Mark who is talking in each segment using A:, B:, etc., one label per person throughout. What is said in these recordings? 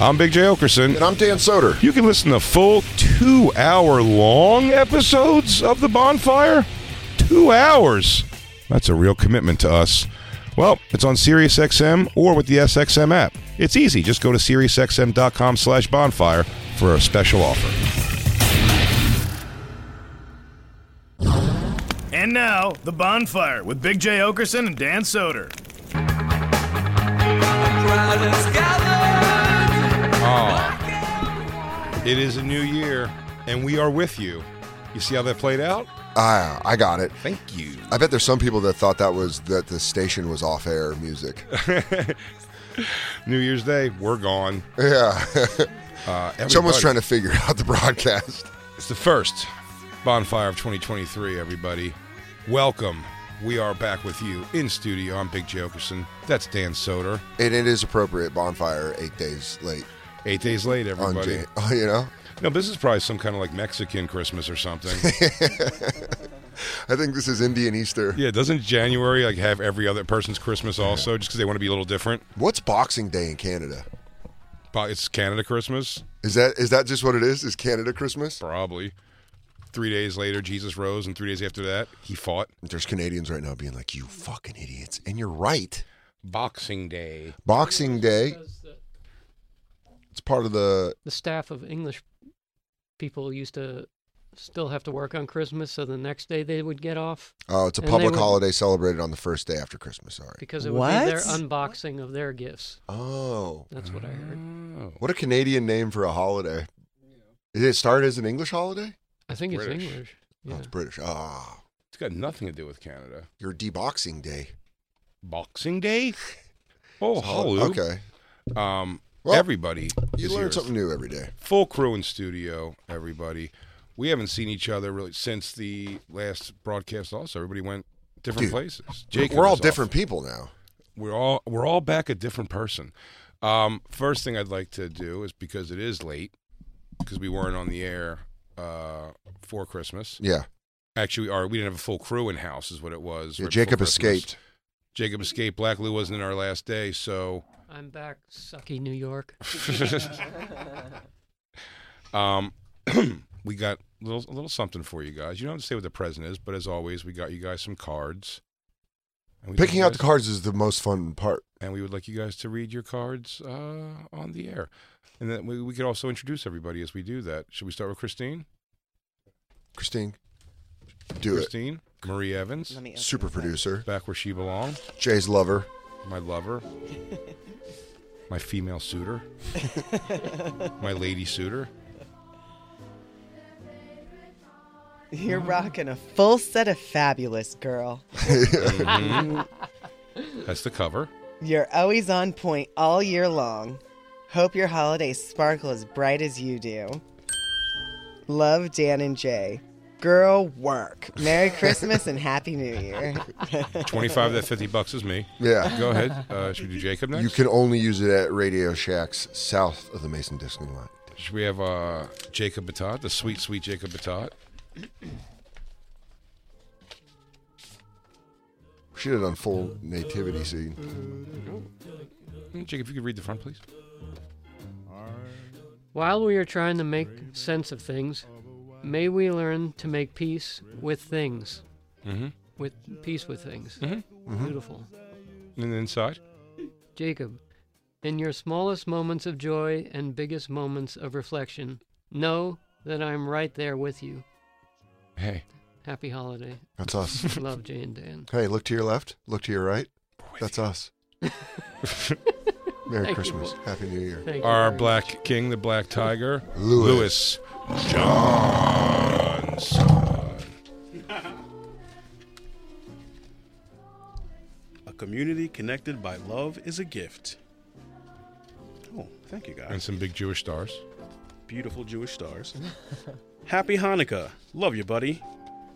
A: I'm Big J. Okerson.
B: And I'm Dan Soder.
A: You can listen to full two hour long episodes of The Bonfire. Two hours. That's a real commitment to us. Well, it's on SiriusXM or with the SXM app. It's easy. Just go to SiriusXM.com slash bonfire for a special offer.
C: And now, The Bonfire with Big J. Okerson and Dan Soder.
A: It is a new year, and we are with you. You see how that played out?
B: Ah, I got it.
A: Thank you.
B: I bet there's some people that thought that was that the station was off air music.
A: New Year's Day, we're gone.
B: yeah.
A: Uh,
B: Someone's
A: everybody-
B: trying to figure out the broadcast.
A: It's the first bonfire of 2023, everybody. Welcome. We are back with you in studio. I'm Big J. Okerson. That's Dan Soder.
B: And it is appropriate bonfire eight days late
A: Eight days late,
B: on
A: everybody.
B: Jan- Oh, you know?
A: No, this is probably some kind of like Mexican Christmas or something.
B: I think this is Indian Easter.
A: yeah, doesn't January like have every other person's Christmas also, just because they want to be a little different?
B: What's Boxing Day in Canada?
A: Probably- It's Canada Christmas,
B: Is that is that just what it is? Is Canada Christmas?
A: probably. Three days later, Jesus rose, and three days after that, he fought.
B: There's Canadians right now being like, "You fucking idiots," and you're right.
A: Boxing Day.
B: Boxing Day.
D: Because the,
B: It's part of the
D: the staff of English people used to still have to work on Christmas, so the next day they would get off
B: Oh, it's a
D: And they
B: public
D: would-
B: holiday celebrated on the first day after Christmas. Sorry.
D: because it would be their
E: What?
D: unboxing of their gifts.
B: Oh,
D: That's what I heard.
A: Oh.
B: what a Canadian name for a holiday. Did it start as an English holiday?
D: I think
A: British.
D: it's English.
B: Oh,
D: Yeah.
B: it's British. Ah,
A: It's got nothing to do with Canada.
B: your deboxing day.
A: Boxing Day. Oh, hello.
B: Okay.
A: Um,
B: Well,
A: everybody,
B: You
A: is
B: learn
A: yours.
B: something new every day.
A: Full crew in studio. Everybody, we haven't seen each other really since the last broadcast. Also, everybody went different
B: Dude,
A: places.
B: We're all
A: was off.
B: different people now.
A: We're all we're all back a different person. Um, first thing I'd like to do is because it is late, because we weren't on the air uh, for Christmas.
B: Yeah.
A: Actually, our, we didn't have a full crew in house, is what it was.
B: Yeah,
A: right before
B: Jacob
A: Christmas.
B: escaped.
A: Jacob escaped. Black Lou wasn't in our last day, so
D: I'm back, sucky New York.
A: um, we got a little, a little something for you guys. You don't have to say what the present is, but as always, we got you guys some cards. And we
B: Picking
A: would
B: out the
A: guys-
B: cards is the most fun part.
A: And we would like you guys to read your cards uh, on the air. And then we, we could also introduce everybody as we do that. Should we start with Christine?
B: Christine, do
A: Christine, Marie Evans,
E: Let me
B: it. Super producer.
A: back where she belonged,
B: Jay's lover.
A: my lover, my female suitor, my lady suitor.
E: You're rocking a full set of fabulous, girl.
A: That's the cover.
E: You're always on point all year long. Hope your holidays sparkle as bright as you do. Love Dan and Jay. Girl, work. Merry Christmas and Happy New Year.
A: 25 of that 50 bucks is me.
B: Yeah.
A: Go ahead. Uh, should we do Jacob next?
B: You can only use it at Radio Shacks south of the Mason Dixon line.
A: Should we have uh, Jacob Batat, the sweet, sweet Jacob Batat?
B: We should have done full nativity scene.
A: Mm, Jacob, if you could read the front, please.
D: While we are trying to make sense of things, may we learn to make peace with things.
A: Mm-hmm.
D: With peace with things. Beautiful.
A: And inside?
D: Jacob, in your smallest moments of joy and biggest moments of reflection, know that I'm right there with you.
A: Hey.
D: Happy holiday.
B: That's us.
D: Love, Jay and Dan.
B: hey, look to your left. Look to your right. That's us. Merry
D: Thank you.
B: Christmas. Happy New Year.
D: Thank you
A: Our
D: very much.
A: black king, the black tiger,
B: Louis.
A: Louis Johnson.
F: A community connected by love is a gift. Oh, thank you
A: And
F: guys.
A: some big Jewish stars.
F: Beautiful Jewish stars. Happy Hanukkah. Love you, buddy.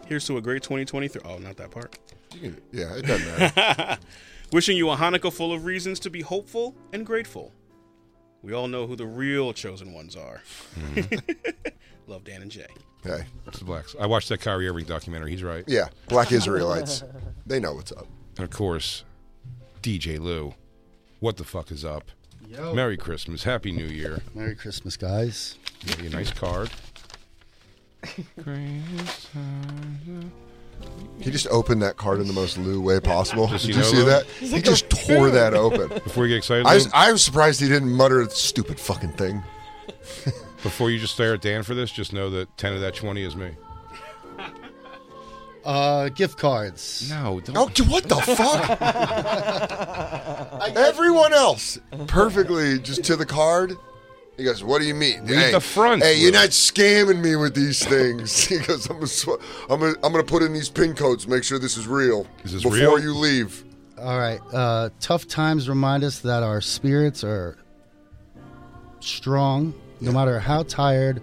F: Here's to a great 2023. Oh, not that part.
B: You can- Yeah, it doesn't matter.
F: Wishing you a Hanukkah full of reasons to be hopeful and grateful. We all know who the real chosen ones are. Love Dan and Jay.
B: hey,
A: It's the blacks. I watched that Kyrie Irving documentary. He's right.
B: yeah, black Israelites. They know what's up.
A: And of course, DJ Lou. What the fuck is up? Merry Christmas. Happy New Year.
G: Merry Christmas, guys.
A: Give you a nice card. Greatest time.
B: He just opened that card in the most Lou way possible. Did
A: he
B: you
A: know
B: see
A: Lou?
B: that? He just tore that open.
A: Before you get excited,
B: I was,
A: Lou,
B: I was surprised he didn't mutter that stupid fucking thing.
A: before you just stare at Dan for this, just know that 10 of that 20 is me.
G: Uh, gift cards.
A: No, don't.
B: Oh, dude, what the fuck? Everyone else perfectly just to the card. He goes, "What do you mean?
A: Read the front,
B: Hey, you're
A: Lou."
B: not scamming me with these things." he goes, "I'm gonna, sw- I'm gonna, I'm gonna put in these pin codes. Make sure this is real
A: Is this
B: before
A: real?
B: you leave."
G: All right. Uh, tough times remind us that our spirits are strong, no matter how tired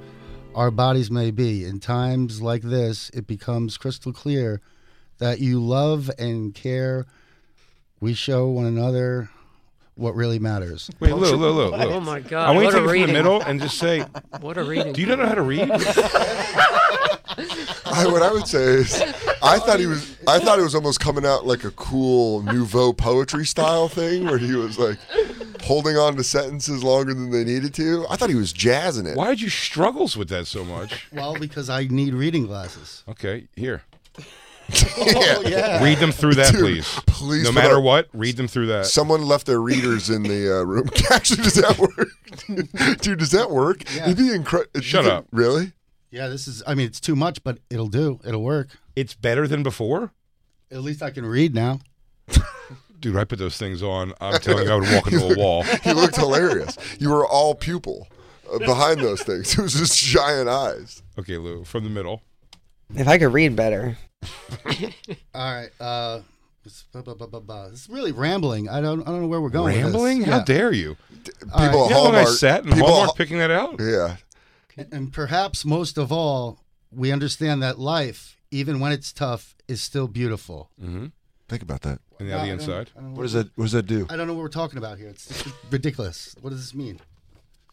G: our bodies may be. In times like this, it becomes crystal clear that you love and care. We show one another what really matters.
A: Wait, Lou, Lou, Lou, Lou.
D: Oh my God,
A: I want you to take it
D: what a
A: from the
D: reading.
A: middle and just say,
D: What a reading.
A: Do you not know how to read?
B: I, what I would say is, I thought he was, I thought it was almost coming out like a cool nouveau poetry style thing where he was like holding on to sentences longer than they needed to. I thought he was jazzing it.
A: Why did you struggles with that so much?
G: Well, because I need reading glasses.
A: Okay, here.
B: Yeah.
A: Read them through that,
B: Dude,
A: please.
B: please
A: No
B: put
A: matter
B: up-
A: what, read them through that.
B: Someone left their readers in the uh, room. Actually, does that work? Dude, does that work?
G: Yeah.
B: It'd be incredible.
A: Shut up.
B: Really?
G: Yeah, this is. I mean, it's too much, but it'll do. It'll work.
A: It's better than before?
G: At least I can read now.
A: Dude, I put those things on. I'm telling you, I would walk into a wall.
B: You looked hilarious. You were all pupil uh, behind those things. It was just giant eyes.
A: Okay, Lou, from the middle.
E: If I could read better.
G: All right. Uh, it's, blah, blah, blah, blah, blah. It's really rambling. I don't. I don't know where we're going.
A: Rambling?
G: With this.
A: How
G: Yeah.
A: dare you?
B: People
G: right.
B: at
G: You
A: You know how long I
B: Hallmark.
A: sat in
B: people at
A: Hallmark
B: Ha-
A: picking that out?
B: Yeah.
G: And perhaps most of all, we understand that life, even when it's tough, is still beautiful.
B: Think about that.
A: And now
G: I
A: the
G: don't-
A: inside.
G: I don't, know
B: What does that? What does that do?
G: I don't know what we're talking about here. It's just ridiculous. What does this mean?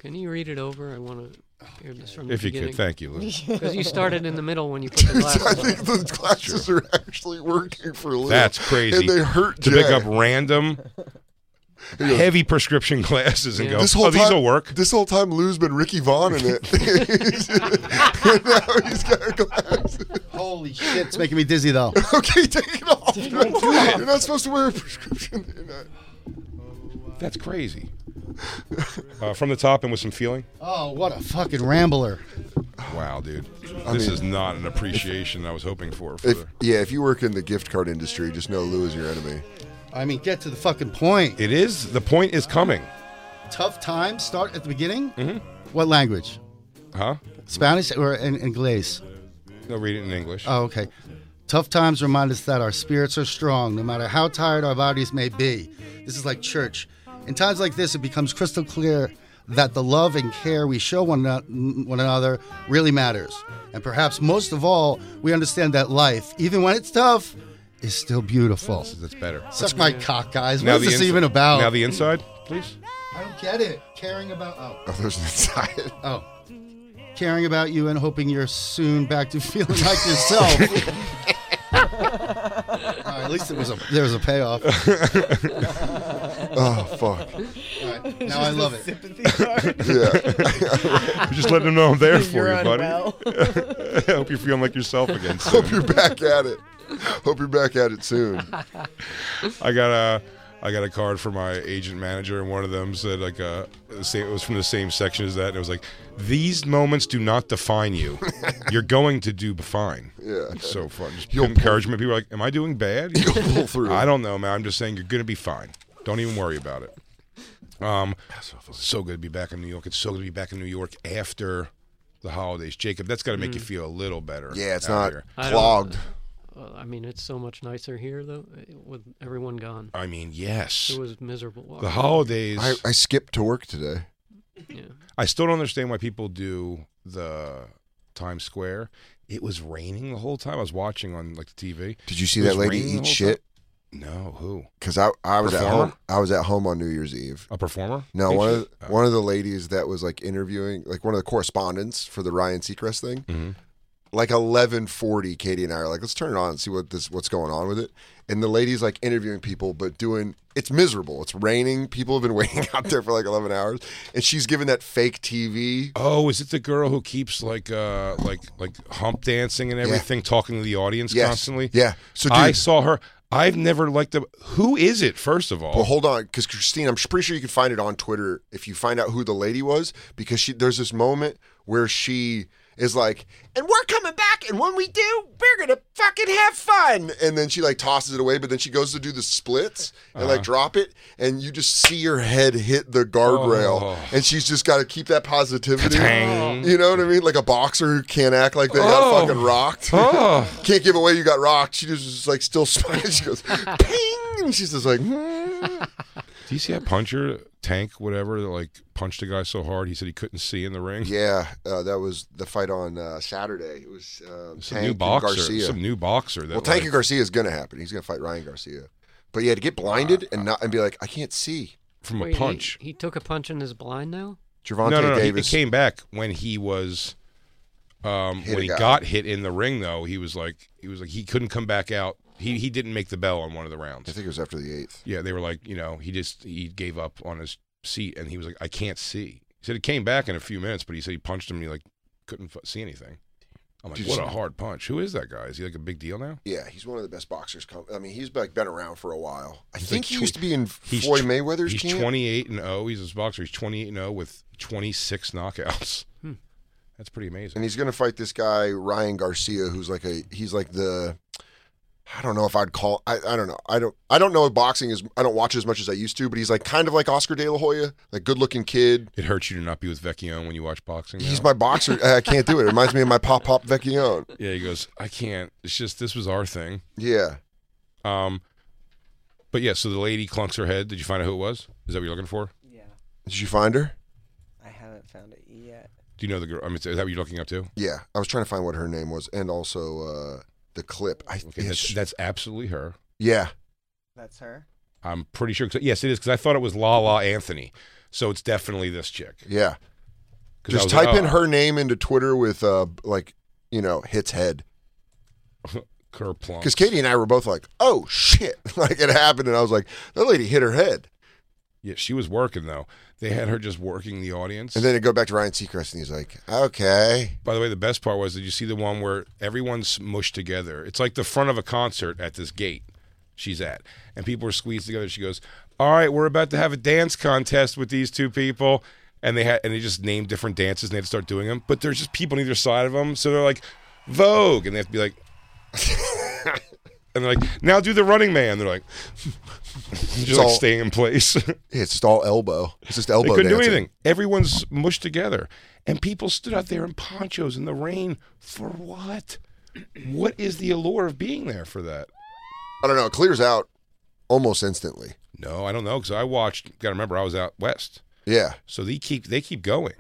D: Can you read it over? I want to hear this from the
A: If you could, thank you, Lou.
D: Because you started in the middle when you put the
B: I
D: glasses
B: think
D: on.
B: those glasses are actually working for Lou.
A: That's crazy.
B: And they hurt
A: to pick
B: Jay.
A: up random heavy prescription glasses and
D: Yeah.
A: go, oh, these will work.
B: This whole time, Lou's been Ricky Vaughn in it. And now he's got glasses.
G: Holy shit! It's making me dizzy though.
B: Okay, take it off. You're not supposed to wear a prescription. You're not.
A: That's crazy. Uh, from the top and with some feeling.
G: Oh, what a fucking rambler!
A: Wow, dude. this is not an appreciation I was hoping for. for
B: If,
A: the-
B: yeah, if you work in the gift card industry, just know Lou is your enemy.
G: I mean, get to the fucking point.
A: it is. The point is coming.
G: Tough times start at the beginning. What language?
A: Huh?
G: Spanish or in English?
A: No, read it in English.
G: Oh, okay. Tough times remind us that our spirits are strong, no matter how tired our bodies may be. This is like church. In times like this, it becomes crystal clear that the love and care we show one, ano- one another really matters. And perhaps most of all, we understand that life, even when it's tough, is still beautiful.
A: That's better.
G: Suck my cock, guys.
A: Now
G: What is
A: the
G: this
A: ins-
G: even about?
A: Now the inside, please.
G: I don't get it. Caring about. Oh.
B: Oh, there's an inside.
G: Oh. Caring about you and hoping you're soon back to feeling like yourself. All right, at least it was a there was a payoff. All
B: Oh, fuck.
G: right, now I love it.
E: Sympathy card.
B: Yeah.
A: Just let them know I'm there for
E: You're
A: you, buddy.
E: unwell.
A: I hope you're feeling like yourself again soon.
B: Hope you're back at it. Hope you're back at it soon.
A: I got a I got a card from my agent manager, and one of them said like uh, the same- it was from the same section as that, and it was like, "These moments do not define you. You're going to do fine."
B: Yeah.
A: It's so fun. Just
B: You'll pull-
A: encouragement. People are like, "Am I doing bad?"
B: You'll pull through.
A: I don't know, man. I'm just saying you're gonna be fine. Don't even worry about it. Um, so good to be back in New York. It's so good to be back in New York after the holidays, Jacob. That's got to make
D: Mm.
A: you feel a little better.
B: Yeah, it's
A: out
B: not
A: here.
D: I don't-
B: clogged.
D: Uh, I mean, it's so much nicer here though, eh, with everyone gone.
A: I mean, yes,
D: It was miserable.
A: the
D: walking.
A: holidays.
B: I, I skipped to work today.
D: Yeah.
A: I still don't understand why people do the Times Square. It was raining the whole time. I was watching on like the TV.
B: Did you see
A: It
B: that
A: was
B: lady
A: raining the
B: eat
A: whole
B: shit?
A: time. No, who?
B: Because I, I was at
A: Performer?
B: home. I was at home on New Year's Eve.
A: A performer?
B: No,
A: Eat
B: one of
A: shit?
B: the-
A: Oh.
B: one of the ladies that was like interviewing, like one of the correspondents for the Ryan Seacrest thing.
A: Mhm.
B: Like eleven forty, Katie and I are like, let's turn it on and see what this what's going on with it. And the lady's like interviewing people, but doing it's miserable. It's raining. People have been waiting out there for like eleven hours, and she's giving that fake TV.
A: Oh, is it the girl who keeps like uh like like hump dancing and everything, talking to the audience
B: Yes.
A: constantly?
B: Yeah. So, dude-
A: I saw her. I've never liked the. Who is it? First of all,
B: Well, hold on, because Christine, I'm pretty sure you can find it on Twitter if you find out who the lady was, because she there's this moment where she is like, "And we're coming back, and when we do, we're gonna fucking have fun." And then she like tosses it away, but then she goes to do the splits and
A: Uh-huh.
B: like drop it, and you just see her head hit the guardrail,
A: Oh.
B: and she's just got to keep that positivity.
A: Ka-tang.
B: You know what I mean? Like a boxer who can't act like they
A: Oh.
B: got fucking rocked.
A: Oh.
B: can't give away you got rocked. She just is like still smiling. She goes, "Ping," and she's just like. "Hmm."
A: do you see that puncher tank whatever that like punched a guy so hard he said he couldn't see in the ring?
B: Yeah, uh, that was the fight on uh, Saturday. It was um,
A: Some
B: Tank
A: new
B: and
A: boxer.
B: Garcia.
A: Some new boxer. That
B: well, Tank
A: like-
B: and Garcia is going to happen. He's going to fight Ryan Garcia. But yeah, to get blinded and not and be like, I can't see.
A: from
D: Wait,
A: a
D: he-
A: punch.
D: He, took a punch and is blind now.
B: Javante
A: no, no, no. he-
B: Davis.
A: It came back when he was, um,
B: Hit a
A: when he
B: guy.
A: got hit in the ring. Though he was like, he was like, he couldn't come back out. He he didn't make the bell on one of the
B: I
A: rounds.
B: think it was after the eighth.
A: Yeah, they were like, you know, he just he gave up on his seat, and he was like, I can't see. He said it came back in a few minutes, but he said he punched him, and he like couldn't f- see anything. I'm like,
B: Did you
A: what a
B: see-
A: hard punch. Who is that guy? Is he like a big deal now?
B: Yeah, he's one of the best boxers. Come, I mean, he's like been around for a while. I
A: He's
B: think
A: like
B: he
A: tw-
B: used to be in
A: He's
B: Floyd
A: tw-
B: Mayweather's
A: He's
B: camp.
A: 28 and 0. He's a boxer. He's 28 and 0 with 26 knockouts. That's pretty amazing.
B: Hmm. and he's going to fight this guy Ryan Garcia, who's like a he's like the I don't know if I'd call I, I don't know I don't I don't know if boxing is I don't watch it as much as I used to, but he's like kind of like Oscar De La Hoya, like good looking kid.
A: It hurts you to not be with Vecchione when you watch boxing.
B: He's
A: now.
B: my boxer. I can't do it. It reminds me of my pop pop Vecchione.
A: Yeah, he goes, I can't. It's just this was our thing.
B: Yeah,
A: Um, but yeah, so the lady clunks her head. Did you find out who it was? Is that what you're looking for?
E: Yeah,
B: did you find her?
E: I haven't found it yet.
A: Do you know the girl? I mean, is that what you're looking up to?
B: Yeah, I was trying to find what her name was, and also uh, the clip. I,
A: Okay, that's,
B: it's-
A: that's absolutely her.
B: yeah,
E: That's her.
A: I'm pretty sure. 'cause- yes, it is because I thought it was La La Anthony. So it's definitely this chick. 'Cause
B: yeah.
A: I
B: Just
A: was
B: type
A: like,
B: in
A: oh,
B: her name into Twitter with uh like you know hits head.
A: oh, Kerplunk.
B: Because Katie and I were both like, "Oh shit!" Like it happened, and I was like, "That lady hit her head."
A: Yeah, she was working though. They had her just working the audience.
B: And then it go back to Ryan Seacrest, and he's like, "Okay."
A: By the way, the best part was did you see the one where everyone's mushed together? It's like the front of a concert at this gate she's at, and people are squeezed together. She goes, "All right, we're about to have a dance contest with these two people." And they had and they just named different dances and they had to start doing them. But there's just people on either side of them, so they're like Vogue, and they have to be like, and they're like, now do the Running Man. They're like, just
B: It's
A: like
B: all-
A: staying in place.
B: It's just all elbow. It's just elbow.
A: They couldn't do
B: dancing.
A: anything. Everyone's mushed together. And people stood out there in ponchos in the rain for what? What is the allure of being there for that?
B: I don't know. It clears out almost instantly.
A: No, I don't know because I watched. Got to remember, I was out west,
B: Yeah,
A: so they keep they keep going.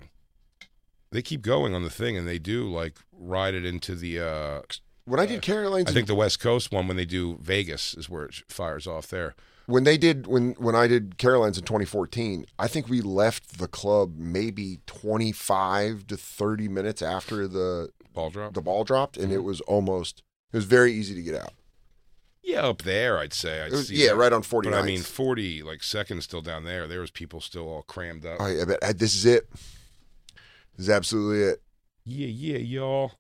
A: They keep going on the thing, and they do like ride it into the. Uh,
B: when I did Caroline's,
A: I think the West Coast one when they do Vegas is where it fires off there.
B: when they did when when I did Caroline's in 2014, I think we left the club maybe 25 to 30 minutes after the
A: Ball drop.
B: the ball dropped, and it
A: Mm-hmm.
B: was almost it was very easy to get out.
A: Yeah, up there, I'd say. I'd
B: It was-
A: see
B: yeah,
A: that.
B: right on
A: But
B: 49.
A: I mean, forty like seconds still down there. There was people still all crammed up.
B: I, I bet uh, this is it. This is absolutely it.
A: Yeah, yeah, y'all.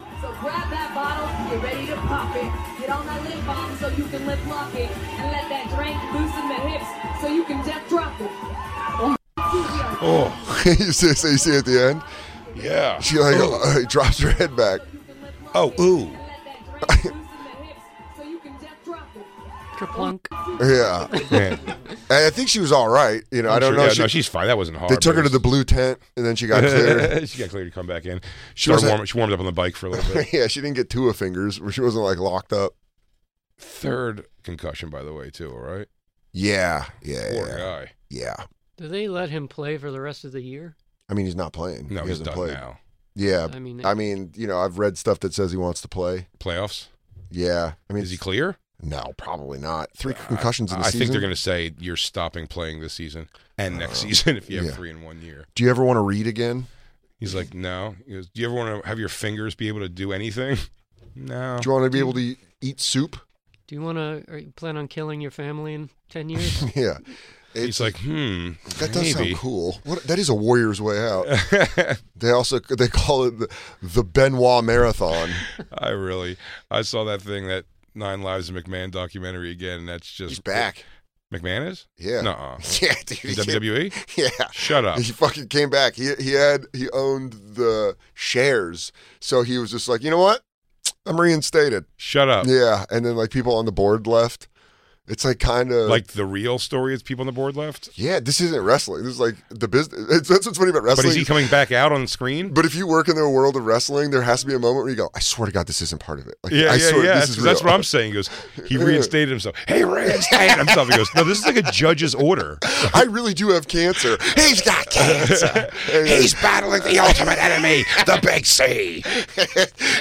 H: So grab that bottle, get ready to pop it. Get on that lip balm so you can lip lock it. And let that drink loosen the hip so you can just drop it.
B: Oh, you see, so you see at the end?
A: Yeah.
B: She like uh, drops her head back.
A: Oh, ooh.
D: Kerplunk.
B: Yeah.
A: Yeah.
B: And I think she was all right. You know,
A: I'm
B: I don't
A: sure-
B: know.
A: yeah, no, she's fine. That wasn't hard,
B: They took
A: but
B: her to
A: it's-
B: the blue tent, and then she got cleared.
A: she got cleared to come back in. She,
B: She
A: started
B: wasn't-
A: warm, she warmed up on the bike for a little bit.
B: yeah, she didn't get two of fingers. She wasn't like locked up.
A: Third concussion, by the way, too. All right.
B: Yeah, yeah,
A: Poor
B: yeah.
A: guy.
B: Yeah.
D: Do they let him play for the rest of the year?
B: I mean, he's not playing.
A: No,
B: he
A: he's
B: hasn't
A: done
B: played.
A: now.
B: Yeah.
D: I
B: I
D: mean-
B: mean, I mean, you know, I've read stuff that says he wants to play.
A: Playoffs.
B: Yeah. I mean,
A: Is he clear?
B: no, probably not. Three concussions in the
A: I
B: season. Oh,
A: think they're going to say you're stopping playing this season and next season if you have
B: yeah.
A: three in one year.
B: Do you ever want to read again?
A: He's like, no. He goes, do you ever want to have your fingers be able to do anything? No.
B: Do you want to be able to eat soup?
D: Do you want to or you plan on killing your family in 10 years?
B: yeah.
A: He's like, hmm.
B: That does
A: maybe.
B: sound cool. What, that is a warrior's way out. they also they call it the, the Benoit Marathon.
A: I really, I saw that thing that Nine Lives of McMahon documentary again, and that's just
B: He's back.
A: McMahon is?
B: Yeah.
A: Nuh-uh.
B: Yeah, dude.
A: In
B: he came-
A: WWE?
B: Yeah.
A: Shut up.
B: He fucking came back. He he had he owned the shares, so he was just like, you know what? I'm reinstated.
A: Shut up.
B: Yeah, and then like people on the board left. It's like kind of
A: Like the real story is people on the board left?
B: yeah, this isn't wrestling. This is like the business. It's, that's what's funny about
A: But
B: wrestling.
A: is he coming back out on screen?
B: But if you work in the world of wrestling, there has to be a moment where you go, I swear to God, this isn't part of it. Like,
A: Yeah,
B: I
A: yeah,
B: swear,
A: yeah.
B: This is
A: That's, that's
B: real.
A: what I'm saying. He goes, he reinstated himself. He reinstated himself. He goes, no, this is like a judge's order.
B: I really do have cancer. He's got cancer. He's
A: battling the ultimate enemy, the Big C.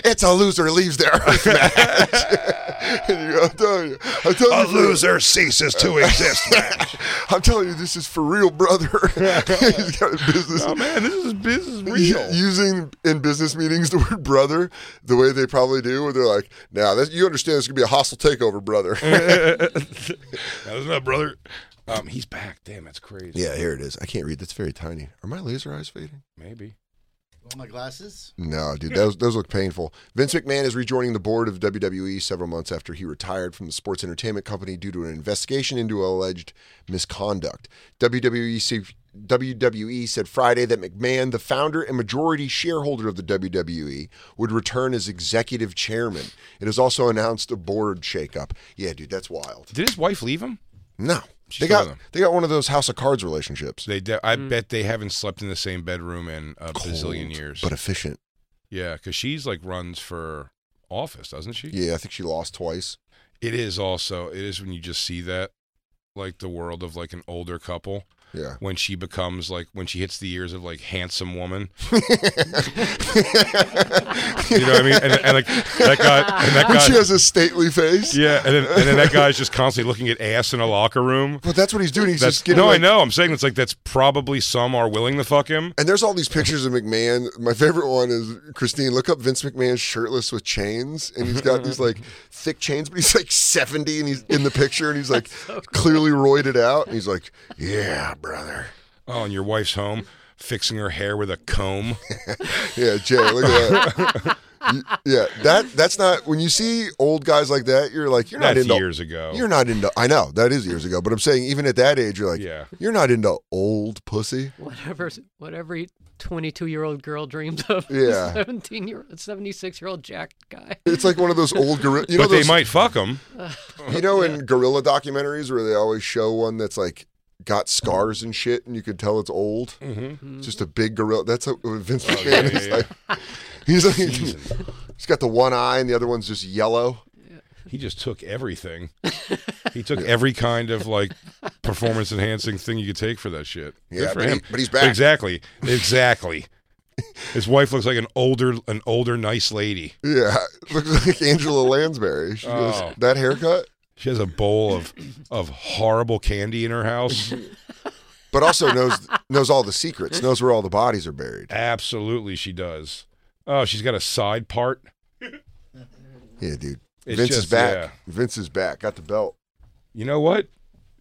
B: it's a loser leaves the earth match. And you go, I'm telling you, I'm telling you, for-
A: ceases to exist.
B: I'm telling you, this is for real, brother. He's got a business.
A: oh man, this is business
B: U-
A: real.
B: Using in business meetings the word brother the way they probably do, where they're like, now this you understand this could be a hostile takeover, brother.
A: Mm-hmm. That was my brother. Um, he's back. Damn, that's crazy.
B: yeah, here it is. I can't read. That's very tiny. Are my laser eyes fading?
A: Maybe.
G: Want my glasses?
B: No,
A: Hmm.
B: dude, those, those look painful. Vince McMahon is rejoining the board of WWE several months after he retired from the sports entertainment company due to an investigation into alleged misconduct. E WWE, se- WWE E said Friday that McMahon, the founder and majority shareholder of the WWE, would return as executive chairman. It has also announced a board shakeup. Yeah, dude, that's wild.
A: Did his wife leave him?
B: No.
A: She's
B: They
A: one
B: got
A: of them.
B: they got one of those House of Cards relationships.
A: They, de- I bet they haven't slept in the same bedroom in a bazillion
B: Cold,
A: years.
B: But efficient.
A: yeah, because she's like runs for office, doesn't she?
B: Yeah, I think she lost twice.
A: It is also. It is when you just see that, like the world of like an older couple
B: Yeah.
A: when she becomes like when she hits the years of like handsome woman. You know what I mean? And, and like that guy. And that
B: When
A: guy.
B: she has a stately face.
A: yeah, and then, and then that guy's just constantly looking at ass in a locker room.
B: But that's what he's doing. He's
A: That's,
B: just getting
A: no, I
B: like-
A: know. I'm saying it's like that's probably some are willing to fuck him.
B: And there's all these pictures of McMahon. My favorite one is Christine. Look up Vince McMahon shirtless with chains, and he's got these like thick chains, but he's like 70, and he's in the picture, and he's like clearly roided out, and he's like, "Yeah, brother,
A: Oh, and your wife's home fixing her hair with a comb.
B: yeah, Jay, look at that." You- yeah, that that's not when you see old guys like that. You're like, you're not
A: That's
B: into
A: years ago.
B: You're not into. I know that is years ago, but I'm saying even at that age, you're like,
A: Yeah.
B: you're not into old pussy.
D: Whatever, what every 22 year old girl dreams of.
B: Yeah.
D: 17 year, 76 year old jack guy.
B: It's like one of those old gorilla. You know
A: but they
B: those-
A: might fuck him.
B: You know, in gorilla documentaries where they always show one that's like got scars and shit, and you can tell it's old. Mm-hmm. Just a big gorilla. That's what Vince McMahon
A: Oh, yeah, yeah,
B: is
A: yeah.
B: like. He's like, he's got the one eye, and the other one's just yellow.
A: He just took everything. he took every kind of like performance enhancing thing you could take for that shit. Good
B: Yeah,
A: for
B: but he-
A: him.
B: but he's back.
A: Exactly. Exactly. His wife looks like an older, an older, nice lady.
B: Yeah, looks like Angela Lansbury. She goes,
A: Oh.
B: that haircut,
A: She has a bowl of of horrible candy in her house.
B: but also knows knows all the secrets. Knows where all the bodies are buried.
A: Absolutely, she does. Oh, she's got a side part.
B: Yeah, dude.
A: It's
B: Vince is
A: just-
B: back.
A: yeah.
B: Vince is back. Got the belt.
A: You know what?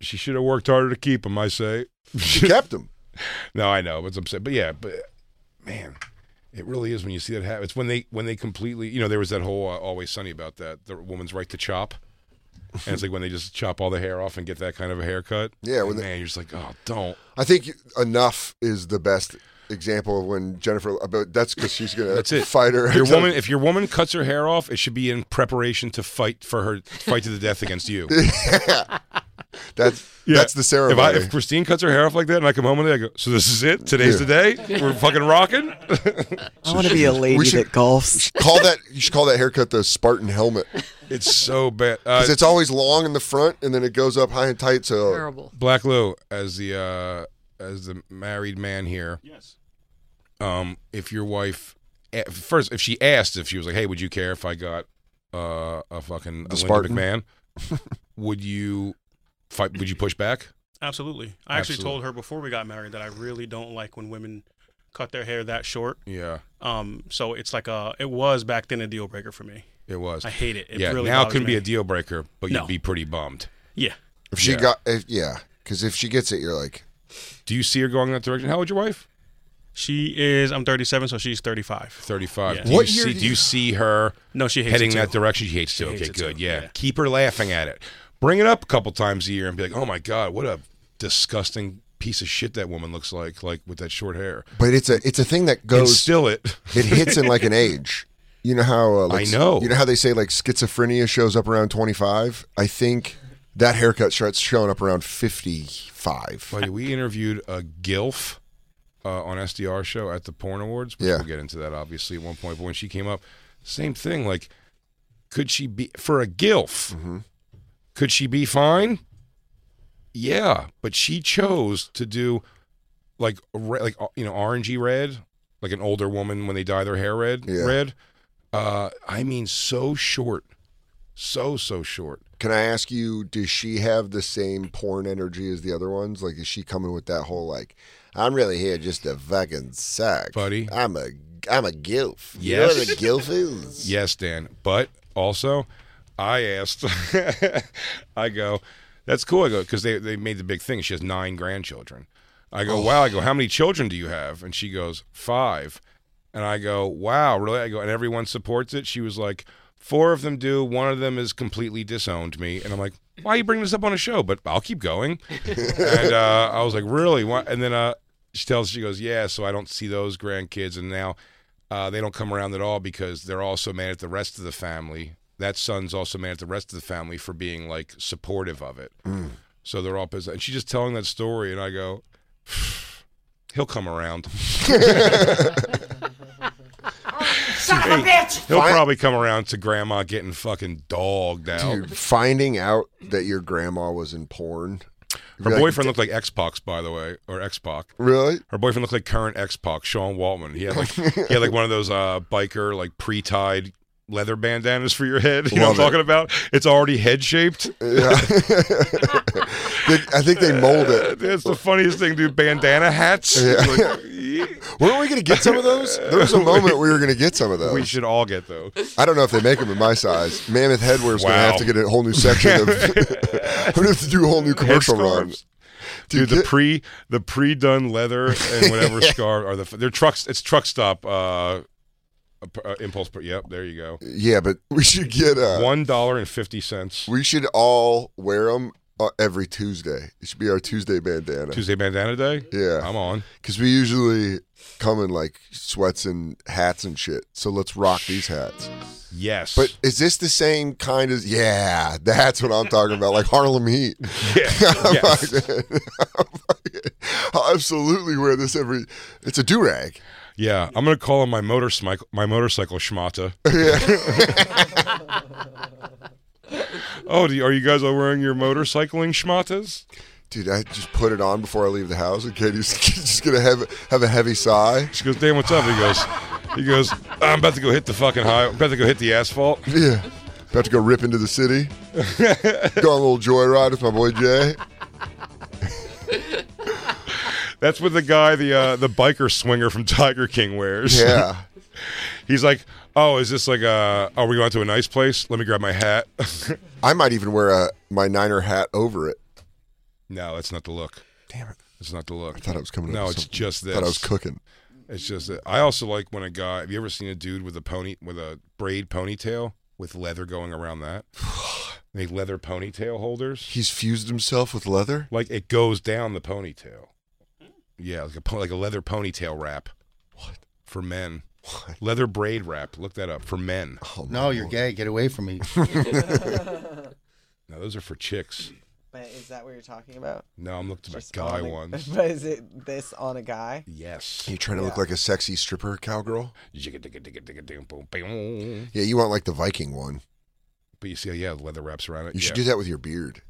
A: She should have worked harder to keep him. I say.
B: She kept him.
A: No, I know. It's upset, but yeah, but man, it really is when you see that happen. It's when they when they completely, you know, there was that whole uh, "Always Sunny" about that the woman's right to chop. And it's like when they just chop all the hair off and get that kind of a haircut.
B: Yeah, when
A: And man, you're just like, oh, don't.
B: I think enough is the best example of when Jennifer about that's because she's gonna
A: That's it.
B: fight her.
A: Your woman, if your woman cuts her hair off, it should be in preparation to fight for her fight to the death against you.
B: that's
A: Yeah.
B: that's the ceremony.
A: If, I, if Christine cuts her hair off like that, and I come home and I go, so this is it. Today's the day. We're fucking rocking.
E: I want to be a lady
B: should-
E: that golfs.
B: call that you should call that haircut the Spartan helmet
A: It's so bad. Uh,
B: because it's always long in the front and then it goes up high and tight. So
D: Terrible.
A: Black Lou, as the uh, as the married man here. Yes. Um, if your wife, eh, first, if she asked, if she was like, "Hey, would you care if I got uh, a fucking a Linda
B: Spartan.
A: McMahon?" would you fight? Would you push back?
F: Absolutely. I actually
A: Absolutely.
F: told her before we got married that I really don't like when women cut their hair that short.
A: Yeah,
F: Um, so it's like a, it was back then a deal breaker for me.
A: it was.
F: I hate it. It
A: yeah,
F: really
A: now it
F: bothers
A: couldn't be
F: me.
A: a deal breaker, but
F: No.
A: you'd be pretty bummed.
F: Yeah.
B: if she
A: Yeah.
B: got if, yeah, because if she gets it, you're like
A: Do you see her going that direction? How old your wife?
F: She is. I'm 37, so she's 35.
A: Thirty-five.
F: Yeah.
A: Do
B: What
A: you
B: year
A: see?
B: do
A: Do you
B: you-
A: see her?
F: No, she hates
A: heading
F: it too.
A: that direction. She hates too.
F: hates
A: okay,
F: it
A: good.
F: too.
A: Yeah.
F: Yeah.
A: keep her laughing at it. Bring it up a couple times a year and be like, "Oh my god, what a disgusting piece of shit that woman looks like, like with that short hair."
B: But it's a it's a thing that goes.
A: Instill it.
B: it hits in like an age. You know how uh, like,
A: I know.
B: You know how they say like schizophrenia shows up around 25. I think that haircut starts showing up around 55.
A: Buddy, we interviewed a gilf uh, on SDR show at the Porn Awards. Which
B: Yeah.
A: we'll get into that obviously at one point. But when she came up, same thing. Like, could she be for a gilf?
B: Mm-hmm.
A: Could she be fine? Yeah, but she chose to do like re- like uh, you know orangey red, like an older woman when they dye their hair red.
B: Yeah.
A: Red. Uh, I mean, so short, so so short.
B: Can I ask you? Does she have the same porn energy as the other ones? Like, is she coming with that whole like, I'm really here just to fucking suck,
A: Buddy.
B: I'm a I'm a gilf. You know what
A: Yes.
B: a gilf is?
A: Yes, Dan. But also, I asked, I go, that's cool. I go, because they, they made the big thing. She has nine grandchildren. I go, wow. I go, how many children do you have? And she goes, five. And I go, wow, really? I go, and everyone supports it. She was like, four of them do. One of them has completely disowned me. And I'm like, why are you bringing this up on a show? But I'll keep going. and uh, I was like, really? Why? And then uh, she tells, she goes, yeah, so I don't see those grandkids. And now uh, they don't come around at all because they're also mad at the rest of the family. That son's also mad at the rest of the family for being like supportive of it. So they're all pissed. And she's just telling that story, and I go, he'll come around. He'll
B: Fine.
A: probably come around to grandma getting fucking dogged out.
B: Dude, finding out that your grandma was in porn.
A: Her
B: Like,
A: boyfriend looked like X Pac, by the way, or X Pac.
B: Really?
A: Her boyfriend looked like current X Pac, Sean Waltman. He had like he had like one of those uh, biker like pre-tied leather bandanas for your head. You know what I'm
B: Love it.
A: talking about? It's already head shaped.
B: Yeah. They- I think they mold it.
A: That's the funniest thing, dude. Bandana hats. Like, yeah.
B: Weren't we going to get some of those? There was a moment we were going to get some of those.
A: we should all get those.
B: I don't know if they make them in my size. Mammoth Headwear's going to
A: Wow.
B: have to get a whole new section of. I'm going to have to do a whole new commercial
A: Headscarves.
B: run.
A: Dude, the
B: get-
A: pre the pre done leather and whatever scarf are the f- they're trucks. It's truck stop. Uh, uh, p- uh, impulse. pur- Yep, there you go.
B: Yeah, but we should get uh,
A: One dollar and fifty cents.
B: We should all wear them uh, every Tuesday. It should be our Tuesday bandana.
A: Tuesday Um, bandana day.
B: Yeah,
A: I'm on.
B: because we usually come in like sweats and hats and shit. So let's rock these hats.
A: Yes,
B: But is this the same kind as? Yeah, that's what I'm talking about. Like Harlem Heat.
A: yeah, yes.
B: I'll absolutely wear this every. It's a do rag.
A: yeah. I'm gonna call him my motorcycle my motorcycle schmata. oh, do you, are you guys all wearing your motorcycling schmatas?
B: Dude, I just put it on before I leave the house, and Katie's just gonna have have a heavy sigh.
A: She goes, "Damn, what's up?" He goes, "He goes, I'm about to go hit the fucking high. I'm about to go hit the asphalt."
B: Yeah, about to go rip into the city. go on a little joyride with my boy Jay.
A: That's what the guy, the uh, the biker swinger from Tiger King wears.
B: Yeah,
A: He's like, "Oh, is this like a? Are we going to a nice place? Let me grab my hat."
B: I might even wear a my Niner hat over it.
A: no, that's not the look.
B: Damn it!
A: That's not the look.
B: I thought I was coming.
A: No,
B: up with
A: it's
B: something.
A: just this.
B: Thought I was cooking.
A: It's just that I also like when a guy. Have you ever seen a dude with a pony with a braid ponytail with leather going around that? They leather ponytail holders.
B: He's fused himself with leather.
A: Like it goes down the ponytail. Yeah, like a po- like a leather ponytail wrap. What for men? Leather braid wrap. Look that up for men.
B: Oh,
G: No, you're gay. Get away from me.
A: no, those are for chicks.
E: But is that what you're talking about?
A: No, I'm looking at
E: Just
A: guy
E: on a-
A: ones.
E: But is it this on a guy?
A: Yes.
B: You trying to look like a sexy stripper cowgirl?
A: But
B: Yeah, you want like the Viking one.
A: you see, yeah, leather wraps around it.
B: You should
A: yeah.
B: do that with your beard.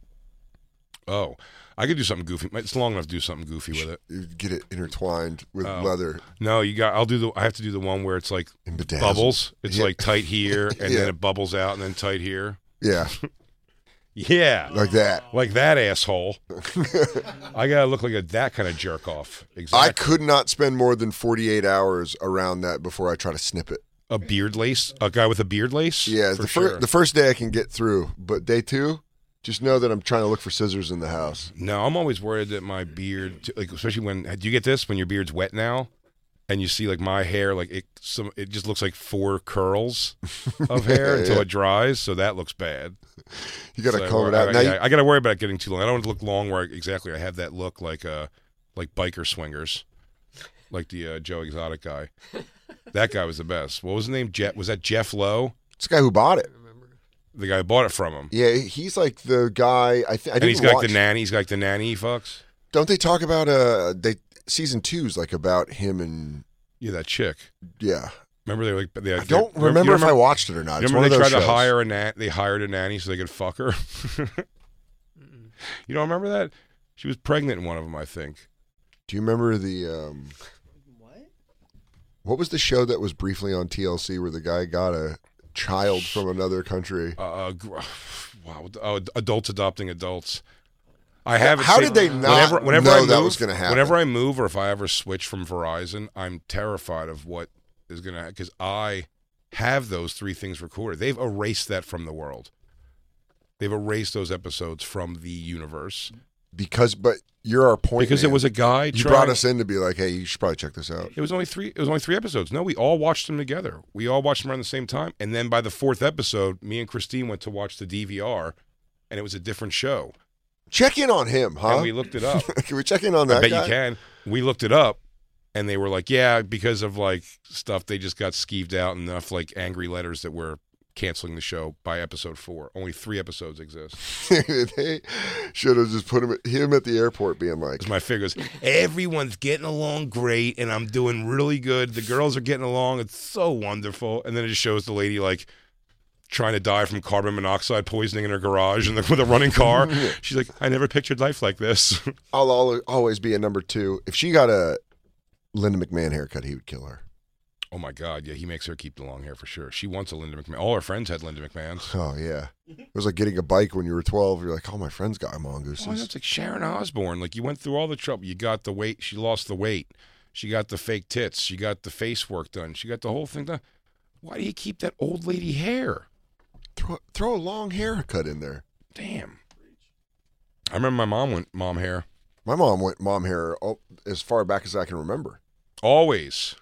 A: Oh, I could do something goofy. It's long enough to do something goofy with it.
B: You Get it intertwined with
A: Oh.
B: leather.
A: No, you got. I'll do the. I have to do the one where it's like
B: And bedazzled.
A: bubbles. It's
B: Yeah.
A: like tight here, and
B: Yeah.
A: then it bubbles out, and then tight here.
B: Yeah,
A: Yeah,
B: like that.
A: like that asshole. I gotta look like a that kind of jerk off. Exactly.
B: I could not spend more than 48 hours around that before I try to snip it.
A: a beard lace. A guy with a beard lace.
B: Yeah,
A: for
B: the,
A: sure.
B: fir- the first day I can get through, but day two, just know that I'm trying to look for scissors in the house.
A: no, I'm always worried that my beard, like especially when do you get this when your beard's wet now, and you see like my hair, like it some it just looks like four curls of hair
B: Yeah,
A: until
B: yeah.
A: it dries. So that looks bad.
B: You got to
A: So
B: comb it
A: I,
B: out.
A: I,
B: now
A: yeah,
B: you-
A: I got to worry about getting too long. I don't want to look long where I, exactly I have that look like uh like biker swingers, like the uh, Joe Exotic guy. that guy was the best. What was his name? Jeff? Was that Jeff Lowe?
B: it's the guy who bought it.
A: The guy who bought it from him.
B: Yeah, he's like the guy. I think I
A: and
B: didn't
A: he's got
B: watch.
A: like the nanny. He's got like the nanny he fucks.
B: Don't they talk about uh they season two's like about him and
A: Yeah, that chick.
B: yeah.
A: Remember they were like they,
B: I don't remember, if I watched it or not.
A: You
B: It's
A: remember
B: one
A: they
B: of those
A: tried
B: shows.
A: to hire a nan. They hired a nanny so they could fuck her. you don't remember that? She was pregnant in one of them, I think.
B: Do you remember the um
E: What?
B: what was the show that was briefly on TLC where the guy got a child from another country?
A: Uh, uh, gr- wow, oh, adults adopting adults. I have.
B: How did they not
A: Whenever, whenever
B: know
A: I move,
B: that was gonna happen?
A: Whenever I move, or if I ever switch from Verizon, I'm terrified of what is going to because I have those three things recorded. They've erased that from the world. They've erased those episodes from the universe
B: Because but you're our point
A: because it
B: man.
A: was a guy.
B: you
A: trying-
B: brought us in to be like, hey, you should probably check this out.
A: It was only three. It was only three episodes. No, we all watched them together. We all watched them around the same time. And then by the fourth episode, me and Christine went to watch the DVR, and it was a different show.
B: Check in on him, huh?
A: And we looked it up.
B: can we check in on that
A: I bet
B: guy?
A: you can. We looked it up, and they were like, "Yeah, because of like stuff, they just got skeeved out enough like angry letters that were canceling the show by episode four. Only three episodes exist."
B: they should have just put him him at the airport, being like,
A: Because my figure goes, everyone's getting along great, and I'm doing really good. The girls are getting along; it's so wonderful. And then it just shows the lady like trying to die from carbon monoxide poisoning in her garage and with a running car. She's like, "I never pictured life like this."
B: I'll al- always be a number two. If she got a Linda McMahon haircut, he would kill her.
A: oh my god, yeah, he makes her keep the long hair for sure. She wants a Linda McMahon. All her friends had Linda McMahon's.
B: Oh yeah,
A: Mm-hmm.
B: it was like getting a bike when you were twelve. You're like, oh, my friends got mongooses.
A: Oh, that's like Sharon Osbourne. Like you went through all the trouble. You got the weight. She lost the weight. She got the fake tits. She got the face work done. She got the whole thing done. Why do you keep that old lady hair?
B: throw, throw a long haircut in there.
A: Damn. I remember my mom went mom hair
B: My mom went mom hair all, as far back as I can remember.
A: always.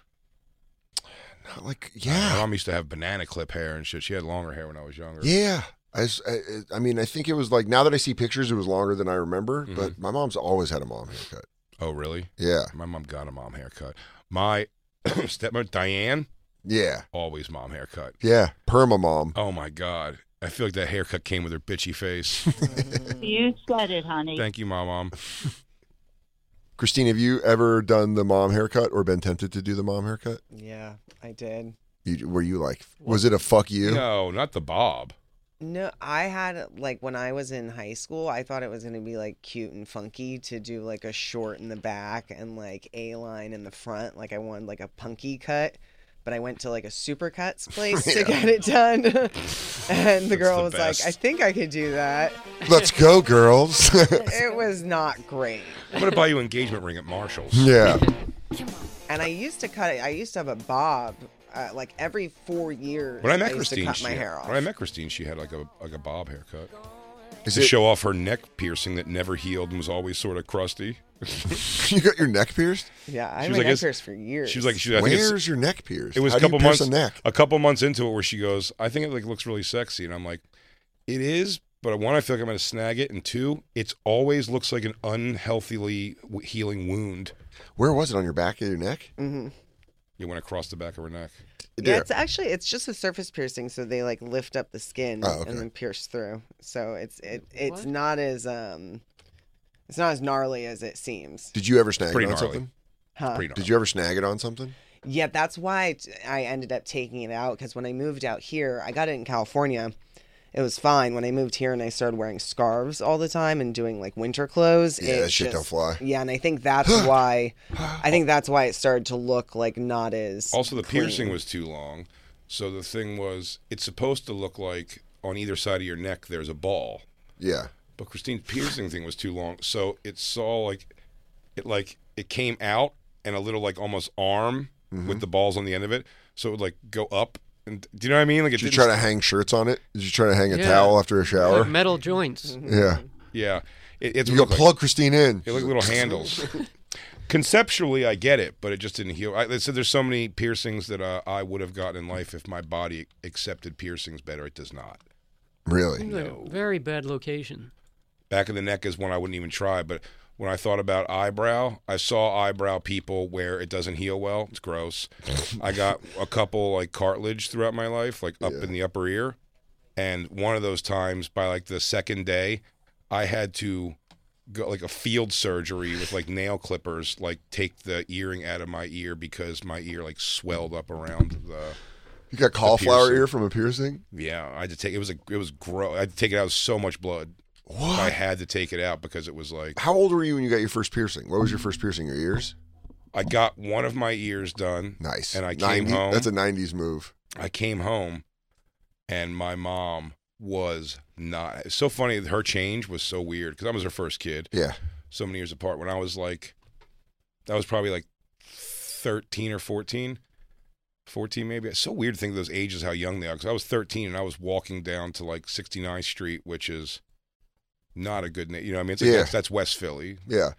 B: Not like
A: My
B: yeah,
A: mom used to have banana clip hair and shit. She had longer hair when I was younger.
B: yeah. I, s- I- I mean, I think it was like now that I see pictures, it was longer than I remember.
A: Mm-hmm.
B: But my mom's always had a mom haircut.
A: Oh really?
B: Yeah,
A: My mom got a mom haircut. My stepmother Diane
B: yeah,
A: always mom haircut.
B: yeah. Perma mom.
A: Oh my god. I feel like that haircut came with her bitchy face.
I: You said it, honey.
A: Thank you, my mom.
B: Christine, have you ever done the mom haircut or been tempted to do the mom haircut?
E: Yeah, I did.
B: You, were you like, was it a fuck you?
A: No, not the bob.
E: No, I had like when I was in high school, I thought it was going to be like cute and funky to do like a short in the back and like a line in the front. Like I wanted like a punky cut, but I went to like a supercuts place to get it done. and the girl
A: That's
E: was
A: the
E: like, I
A: best.
E: think I could do that.
B: Let's go, girls.
E: It was not great.
A: I'm gonna buy you an engagement ring at Marshalls.
B: yeah.
E: And I used to cut it, I used to have a bob uh, like every four years.
A: When I met
E: used
A: Christine,
E: to cut
A: she,
E: my hair off.
A: when I met Christine, she had like a like a bob haircut.
B: Is
A: to
B: it,
A: show off her neck piercing that never healed and was always sort of crusty.
B: you got your neck pierced?
E: yeah, I
A: she
E: had
A: was like,
E: my neck
A: it's-
E: pierced for years.
A: She was like, she, I think it's,
B: Where's your neck pierced?
A: it was
B: How
A: a couple
B: do you pierce
A: months
B: a neck?
A: a couple months into it where she goes, I think it like looks really sexy, and I'm like, it is, But one, I feel like I'm going to snag it, and two, it's always looks like an unhealthily w- healing wound.
B: Where was it on your back of your neck?
E: Mm-hmm.
A: You went across the back of her neck.
E: Yeah, it's actually it's just a surface piercing, so they like lift up the skin
A: Oh, okay.
E: and then pierce through. So it's it it's not as um, it's not as gnarly as it seems.
B: Did you ever snag
A: Pretty
B: it on
A: gnarly.
B: something?
E: Huh. pretty
B: Did you ever snag it on something?
E: Yeah, that's why t- I ended up taking it out because when I moved out here, I got it in California. It was fine when I moved here and I started wearing scarves all the time and doing like winter clothes.
B: Yeah,
E: it
B: that shit don't fly.
E: Yeah, and I think that's why, I think that's why it started to look like not as.
A: Also, the piercing
E: clean.
A: was too long, so the thing was, it's supposed to look like on either side of your neck there's a ball.
B: Yeah.
A: But Christine's piercing thing was too long, so it saw like it like it came out and a little like almost arm
B: Mm-hmm.
A: with the balls on the end of it, so it would like go up. And do you know what I mean? Like it
B: Did you
A: didn't-
B: try to hang shirts on it? Did you try to hang a
A: Yeah.
B: towel after a shower?
D: Like metal joints.
B: Yeah.
A: Yeah, it, it's
B: You go
A: looked like-
B: plug Christine in.
A: It looked little handles. Conceptually, I get it, but it just didn't heal. I, they said there's so many piercings that uh, I would have gotten in life if my body accepted piercings better. It does not.
B: Really?
D: Seems like a Very bad location.
A: Back of the neck is one I wouldn't even try. But when I thought about eyebrow, I saw eyebrow people where it doesn't heal well. It's gross. I got a couple like cartilage throughout my life, like up in the upper ear. And one of those times, by like the second day, I had to go like a field surgery with like nail clippers, like take the earring out of my ear because my ear like swelled up around the.
B: You got cauliflower
A: piercing.
B: ear from a piercing?
A: Yeah, I had to take it was a it was gross. I had to take it out with so much blood.
B: What?
A: I had to take it out because it was like
B: How old were you when you got your first piercing? What was your first piercing? Your ears?
A: I got one of my ears done.
B: Nice.
A: And I came
B: 90
A: home.
B: That's a 90s move.
A: I came home, and my mom was not. It's so funny. Her change was so weird because I was her first kid.
B: Yeah.
A: So many years apart. When I was like, that was probably like thirteen or fourteen. 14 maybe. It's so weird to think of those ages, how young they are. Because I was 13 and I was walking down to like 69th Street, which is not a good name. You know what I mean? It's like,
B: Yeah.
A: that's, that's West Philly
B: Yeah.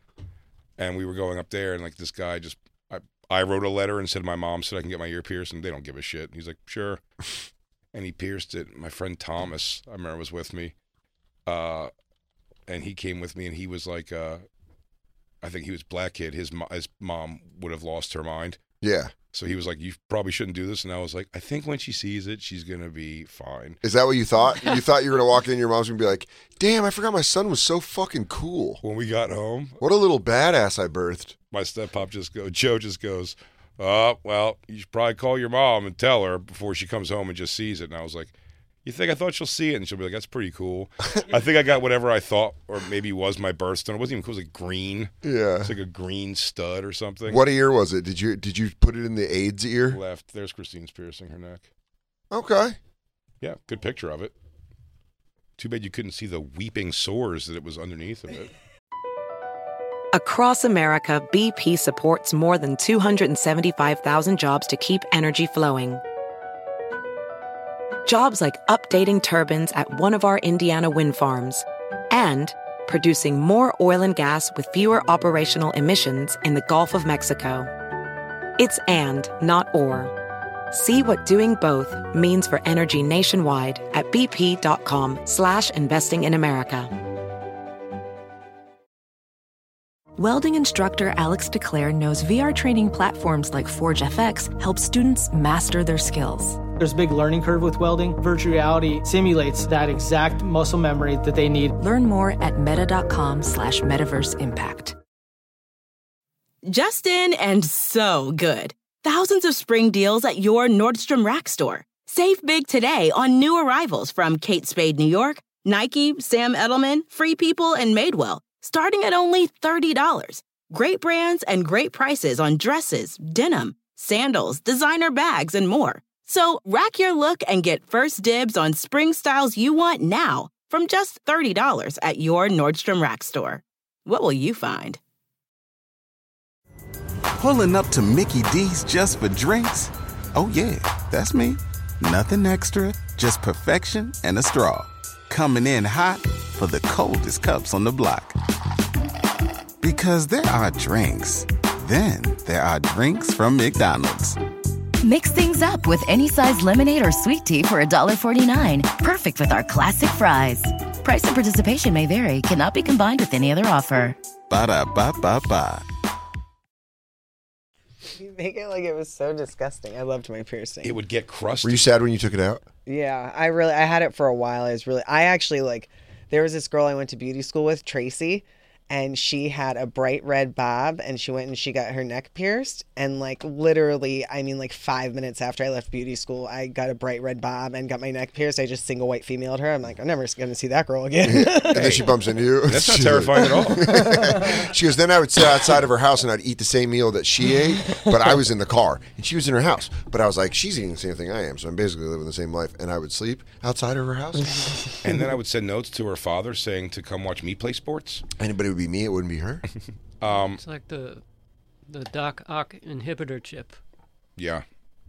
A: and we were going up there and like this guy just I, I wrote a letter and said my mom said I can get my ear pierced and they don't give a shit. And he's like, "Sure." and he pierced it. My friend Thomas, I remember was with me. Uh and he came with me and he was like uh I think he was black kid. His mo- his mom would have lost her mind.
B: Yeah.
A: So he was like, "You probably shouldn't do this." And I was like, "I think when she sees it, she's going to be fine."
B: Is that what you thought? You thought you were going to walk in, your mom's going to be like, damn, I forgot my son was so fucking cool.
A: When we got home,
B: What a little badass I birthed.
A: my step pop just go Joe just goes, uh, well, you should probably call your mom and tell her before she comes home and just sees it. And I was like, You think I thought she'll see it? And she'll be like, That's pretty cool. I think I got whatever I thought or maybe was my birthstone. It wasn't even cool, it was like green.
B: Yeah.
A: It's like a green stud or something.
B: What ear was it? Did you did you put it in the AIDS ear?
A: left. There's Christine's piercing her neck.
B: Okay.
A: Yeah, good picture of it. Too bad you couldn't see the weeping sores that it was underneath of it.
J: Across America, BP supports more than 275,000 jobs to keep energy flowing. Jobs like updating turbines at one of our Indiana wind farms and producing more oil and gas with fewer operational emissions in the Gulf of Mexico. It's and, not or. See what doing both means for energy nationwide at bp.com slash investing in America.
K: Welding instructor Alex DeClaire knows VR training platforms like Forge FX help students master their skills.
L: There's a big learning curve with welding. Virtual reality simulates that exact muscle memory that they need.
K: Learn more at meta.com slash metaverse impact.
M: Justin and so good. Thousands of spring deals at your Nordstrom Rack store. Save big today on new arrivals from Kate Spade New York, Nike, Sam Edelman, Free People, and Madewell, starting at only $30. Great brands and great prices on dresses, denim, sandals, designer bags, and more. So rack your look and get first dibs on spring styles you want now from just $30 at your Nordstrom Rack store. What will you find?
N: Pulling up to Mickey D's just for drinks? Oh, yeah, that's me. Nothing extra, just perfection and a straw. Coming in hot for the coldest cups on the block. Because there are drinks, then there are drinks from McDonald's.
O: Mix things up with any size lemonade or sweet tea for $1.49. Perfect with our classic fries. Price and participation may vary, cannot be combined with any other offer.
N: Ba da ba ba ba.
E: You make it like it was so disgusting. I loved my piercing.
A: It would get crusty.
B: Were you sad when you took it out?
E: Yeah, I really I had it for a while. I was really I actually like there was this girl I went to beauty school with, Tracy, and she had a bright red bob and she went and she got her neck pierced and like literally, I mean like 5 minutes after I left beauty school, I got a bright red bob and got my neck pierced. I just single white femaled her. I'm like, I'm never going to see that girl again.
B: and then she bumps into you.
A: That's not terrifying at
B: all. she goes, then I would sit outside of her house and I'd eat the same meal that she ate, but I was in the car and she was in her house. But I was like, she's eating the same thing I am, so I'm basically living the same life. And I would sleep outside of her house.
A: And then I would send notes to her father saying to come watch me play sports.
B: Anybody would be me; it wouldn't be her.
A: Um,
D: It's like the the Doc Ock inhibitor chip.
A: yeah.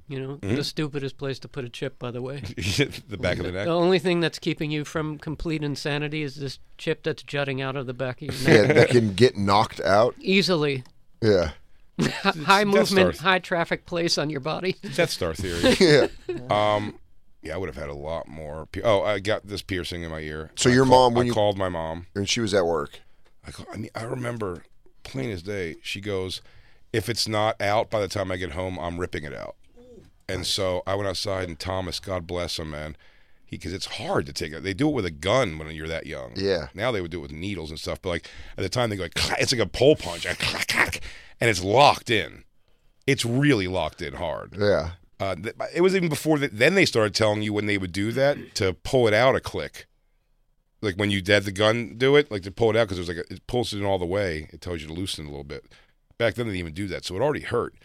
D: You know,
A: Mhm.
D: the stupidest place to put a chip, by the way.
A: The back of the neck.
D: The only thing that's keeping you from complete insanity is this chip that's jutting out of the back of your
B: yeah,
D: neck.
B: that can get knocked out.
D: Easily.
B: Yeah.
D: high
A: Death
D: movement,
A: Star.
D: high traffic place on your body.
A: Death Star theory.
B: yeah.
A: Um, yeah, I would have had a lot more. Pier- oh, I got this piercing in my ear.
B: So
A: I
B: your
A: call-
B: mom, when
A: I
B: you-
A: called my mom.
B: And she was at work.
A: I, call, I mean, I remember plain as day. She goes, "If it's not out by the time I get home, I'm ripping it out." And so I went outside, and Thomas, God bless him, man, because it's hard to take it. They do it with a gun when you're that young.
B: Yeah.
A: Now they would do it with needles and stuff, but like at the time they go, like, clack, it's like a pole punch, like, clack, clack, and it's locked in. It's really locked in hard.
B: Yeah.
A: Uh, th- it was even before that. Then they started telling you when they would do that to pull it out a click, like when you had the gun do it, like to pull it out because it was like a, it pulls it in all the way. It tells you to loosen it a little bit. Back then they didn't even do that, so it already hurt,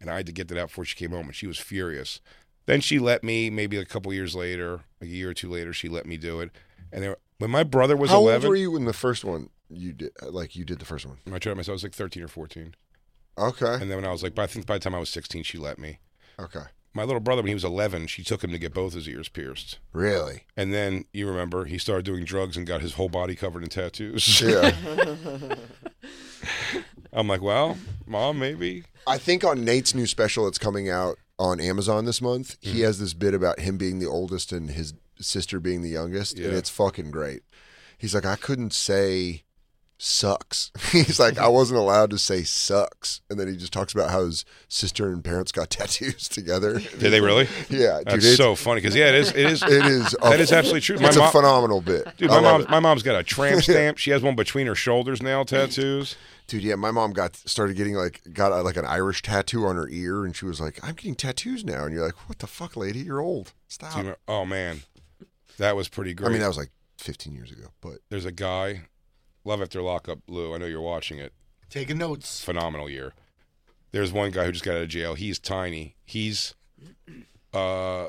A: and I had to get that out before she came home, and she was furious. Then she let me. Maybe a couple years later, like a year or two later, she let me do it. And they were, when my brother was
B: How
A: eleven,
B: old were you when the first one you did? Like you did the first one.
A: when I tried it myself. I was like thirteen or fourteen,
B: Okay.
A: and then when I was like, but I think by the time I was sixteen, she let me.
B: Okay.
A: My little brother, when he was eleven, she took him to get both his ears pierced.
B: Really?
A: And then you remember he started doing drugs and got his whole body covered in tattoos.
B: Yeah.
A: I'm like, well, mom, maybe.
B: I think on Nate's new special that's coming out on Amazon this month,
A: Mm-hmm.
B: he has this bit about him being the oldest and his sister being the youngest, and
A: Yeah.
B: it's fucking great. He's like, I couldn't say sucks. He's like, I wasn't allowed to say sucks, and then he just talks about how his sister and parents got tattoos together.
A: Did they really?
B: Yeah,
A: That's
B: dude, it's-
A: so funny because yeah, it is. It is.
B: It is. a-
A: that is absolutely true.
B: It's
A: mom-
B: a phenomenal bit,
A: Dude,
B: I
A: my
B: love
A: mom.
B: it.
A: My mom's got a tramp stamp. She has one between her shoulders now. Tattoos.
B: Dude, yeah, my mom got started getting like got uh like an Irish tattoo on her ear, and she was like, "I'm getting tattoos now," and you're like, "What the fuck, lady? You're old. Stop."
A: Do you remember- Oh man, that was pretty great.
B: I mean, that was like 15 years ago, but
A: There's a guy, Love After Lockup, Lou. I know you're watching it.
G: Taking notes.
A: phenomenal year. There's one guy who just got out of jail. He's tiny. He's, uh,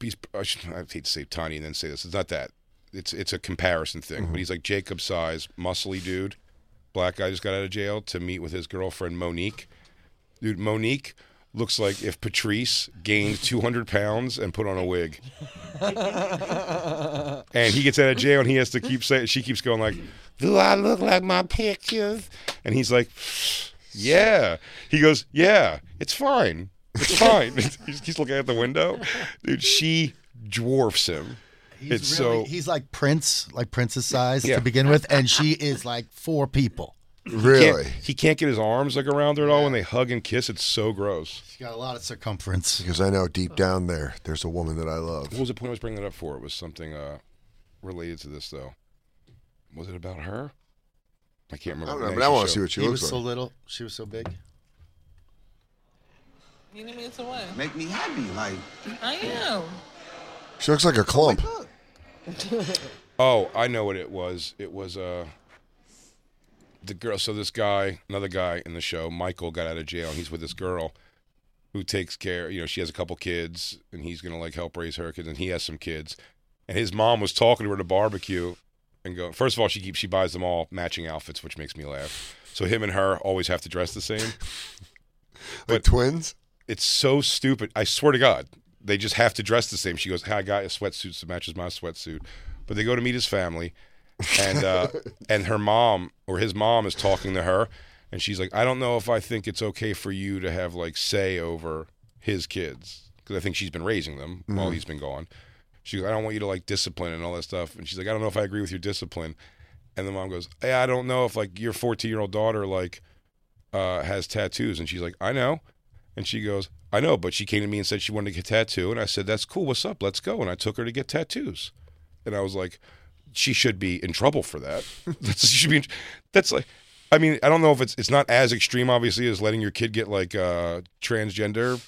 A: he's. I, should, I hate to say tiny and then say this. It's not that. It's it's a comparison thing. But he's like Jacob size, muscly dude, black guy just got out of jail to meet with his girlfriend Monique. Dude, Monique looks like if Patrice gained 200 pounds and put on a wig. And he gets out of jail and he has to keep saying. She keeps going like, "Do I look like my pictures?" And he's like, "Yeah." He goes, "Yeah, it's fine. It's fine." he's, he's looking out the window, dude. She dwarfs him. it's so
G: he's like Prince, like Prince's size
A: Yeah.
G: to begin with, and she is like four people.
A: He can't, he can't get his arms like around her at all when they hug and kiss. It's so gross.
G: She's got a lot of circumference.
B: because I know deep down there, there's a woman that I
A: What
B: love.
A: was the point I was bringing that up for? It was something uh, related to this though. Was it about her? I can't remember.
B: I don't
A: the
B: know,
A: name
B: but I
A: of the
B: wanna
A: show.
B: see what she
G: he
B: looks
G: was so
B: like.
G: little, she was so big.
P: You need me to what?
Q: Make me happy, like.
P: I am.
B: She looks like a clump.
A: Oh, I know what it was. It was uh the girl. So this guy, another guy in the show, Michael got out of jail, and he's with this girl who takes care. You know, she has a couple kids, and he's gonna like help raise her kids, and he has some kids. And his mom was talking to her at a barbecue, and go. First of all, she keeps she buys them all matching outfits, which makes me laugh. So him and her always have to dress the same.
B: Like twins.
A: It's so stupid. I swear to God, they just have to dress the same. She goes, "Hi, I got a sweatsuit that matches my sweatsuit." But they go to meet his family, and uh, and her mom or his mom is talking to her, and she's like, "I don't know if I think it's okay for you to have like say over his kids because I think she's been raising them while
B: Mhm.
A: he's been gone." She goes, I don't want you to like discipline and all that stuff. And she's like, I don't know if I agree with your discipline. And the mom goes, Hey, I don't know if like your 14 year old daughter like uh, has tattoos. And she's like, I know. And she goes, I know, but she came to me and said she wanted to get tattoo. And I said, That's cool. What's up? Let's go. And I took her to get tattoos. And I was like, She should be in trouble for that. that's, she should be. In, that's like, I mean, I don't know if it's it's not as extreme, obviously, as letting your kid get like uh, transgender,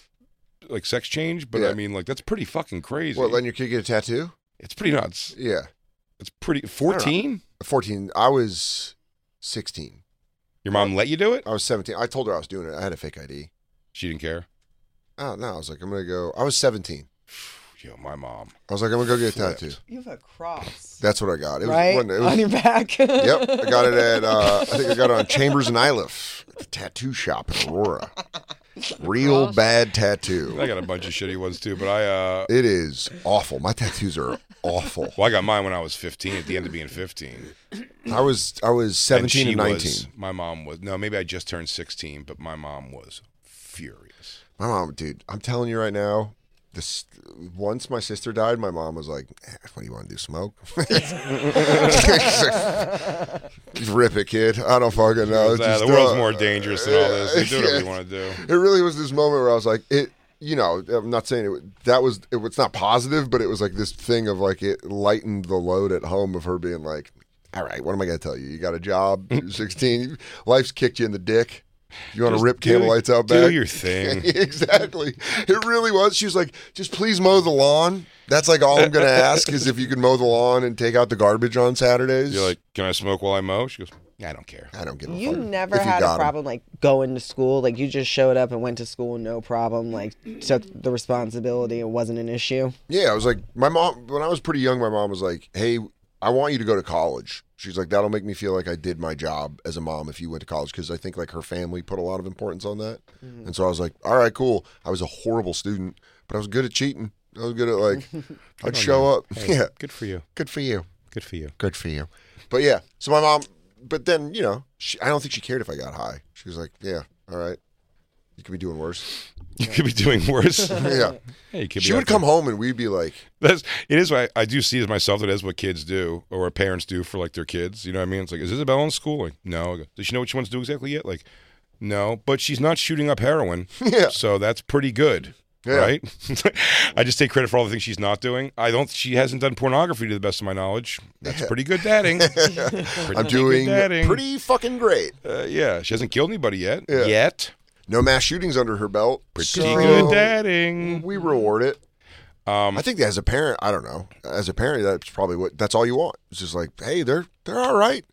A: like sex change. But I
B: Yeah.
A: mean, like that's pretty fucking crazy.
B: What, letting your kid get a tattoo?
A: It's pretty nuts.
B: Yeah.
A: It's pretty. 14?
B: 14. I was 16.
A: Your mom let you do it?
B: I was 17. I told her I was doing it. I had a fake ID.
A: She didn't care.
B: Oh, no. I was like, I'm going to go. I was 17.
A: Yo, my mom.
B: I was like, I'm going to go get a tattoo.
E: You have a cross.
B: That's what I got. It was,
E: Right?
B: wasn't- it was-
E: On your back.
B: yep. I got it at, uh, I think I got it on Chambers and Iliff at the tattoo shop in Aurora. Real bad tattoo.
A: I got a bunch of shitty ones too, but I. uh
B: It is awful. My tattoos are awful.
A: Well, I got mine when I was 15. At the end of being 15.
B: I was I was 17
A: she
B: and 19.
A: was- my mom was no, maybe I just turned 16, but my mom was furious.
B: My mom, dude, I'm telling you right now, this once my sister died, my mom was like, "Eh, "What do you want to do? Smoke? Rip it, kid. I don't fucking know.
A: Nah,
B: Just,
A: the world's
B: uh,
A: more dangerous than all this. You do whatever you
B: yeah.
A: wanna do.
B: It really was this moment where I was like, it. You know, I'm not saying it. That was it, was not positive, but it was like this thing of like it lightened the load at home of her being like, "All right, what am I gonna tell you? You got a job. You're 16. Life's kicked you in the dick. You want to
A: Just
B: rip
A: do-
B: cable lights out
A: do
B: back?
A: your thing.
B: exactly. It really was. She was like, just please mow the lawn. That's like all I'm going to ask is if you can mow the lawn and take out the garbage on Saturdays.
A: You're like, can I smoke while I mow? She goes, I don't care.
B: I don't give
E: You never
B: If you
E: had
B: got
E: a
B: 'em.
E: problem like going to school. Like you just showed up and went to school, no problem. Like took the responsibility. It wasn't an issue.
B: Yeah, I was like, my mom, when I was pretty young, my mom was like, hey, I want you to go to college. She's like, that'll make me feel like I did my job as a mom if you went to college. Cause I think like her family put a lot of importance on that. And so I was like, all right, cool. I was a horrible student, but I was good at cheating. I was good at like,
A: on
B: I'd show
A: you.
B: up.
A: Hey,
B: yeah.
A: Good for you.
B: Good for you.
A: Good for you.
B: Good for you. But yeah, so my mom, but then, you know, she, I don't think she cared if I got high. She was like, yeah, all right. You could be doing worse.
A: You could be doing worse.
B: yeah.
A: Hey, you could
B: she
A: be out
B: would come home and we'd be like,
A: That's it is what I, I do see as myself that is what kids do or what parents do for like their kids. You know what I mean? It's like, is Isabella in school? Like, no. I go, Does she know what she wants to do exactly yet? Like, no. But she's not shooting up heroin.
B: Yeah.
A: So that's pretty good.
B: Yeah.
A: Right? I just take credit for all the things she's not doing. I don't she hasn't done pornography to the best of my knowledge. That's pretty good dadding. Pretty
B: I'm
A: good
B: doing
A: dadding.
B: pretty fucking great.
A: uh, yeah. She hasn't killed anybody yet.
B: Yeah.
A: Yet.
B: No mass shootings under her belt.
A: Pretty
B: So,
A: good dadding.
B: We reward it.
A: Um
B: I think as a parent, I don't know. As a parent, that's probably what that's all you want. It's just like, hey, they're they're all right.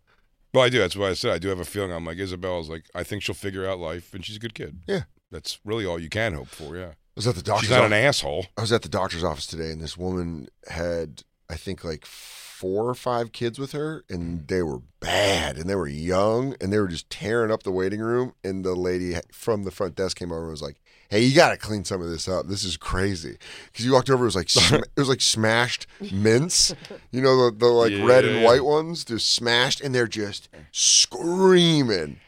A: Well, I do. That's what I said. I do have a feeling. I'm like Isabella's. Like I think she'll figure out life, and she's a good kid.
B: Yeah.
A: that's really all you can hope for. Yeah,
B: I was at the
A: she's
B: doctor's
A: not
B: office.
A: an asshole.
B: I was at the doctor's office today, and this woman had, I think, like four or five kids with her,
A: Mm.
B: and they were bad, and they were young, and they were just tearing up the waiting room. And the lady from the front desk came over and was like, "Hey, you got to clean some of this up. This is crazy." Because you walked over, it was like sm- it was like smashed mints, you know, the, the like
A: Yeah,
B: red
A: yeah,
B: and
A: yeah.
B: white ones, just smashed, and they're just screaming.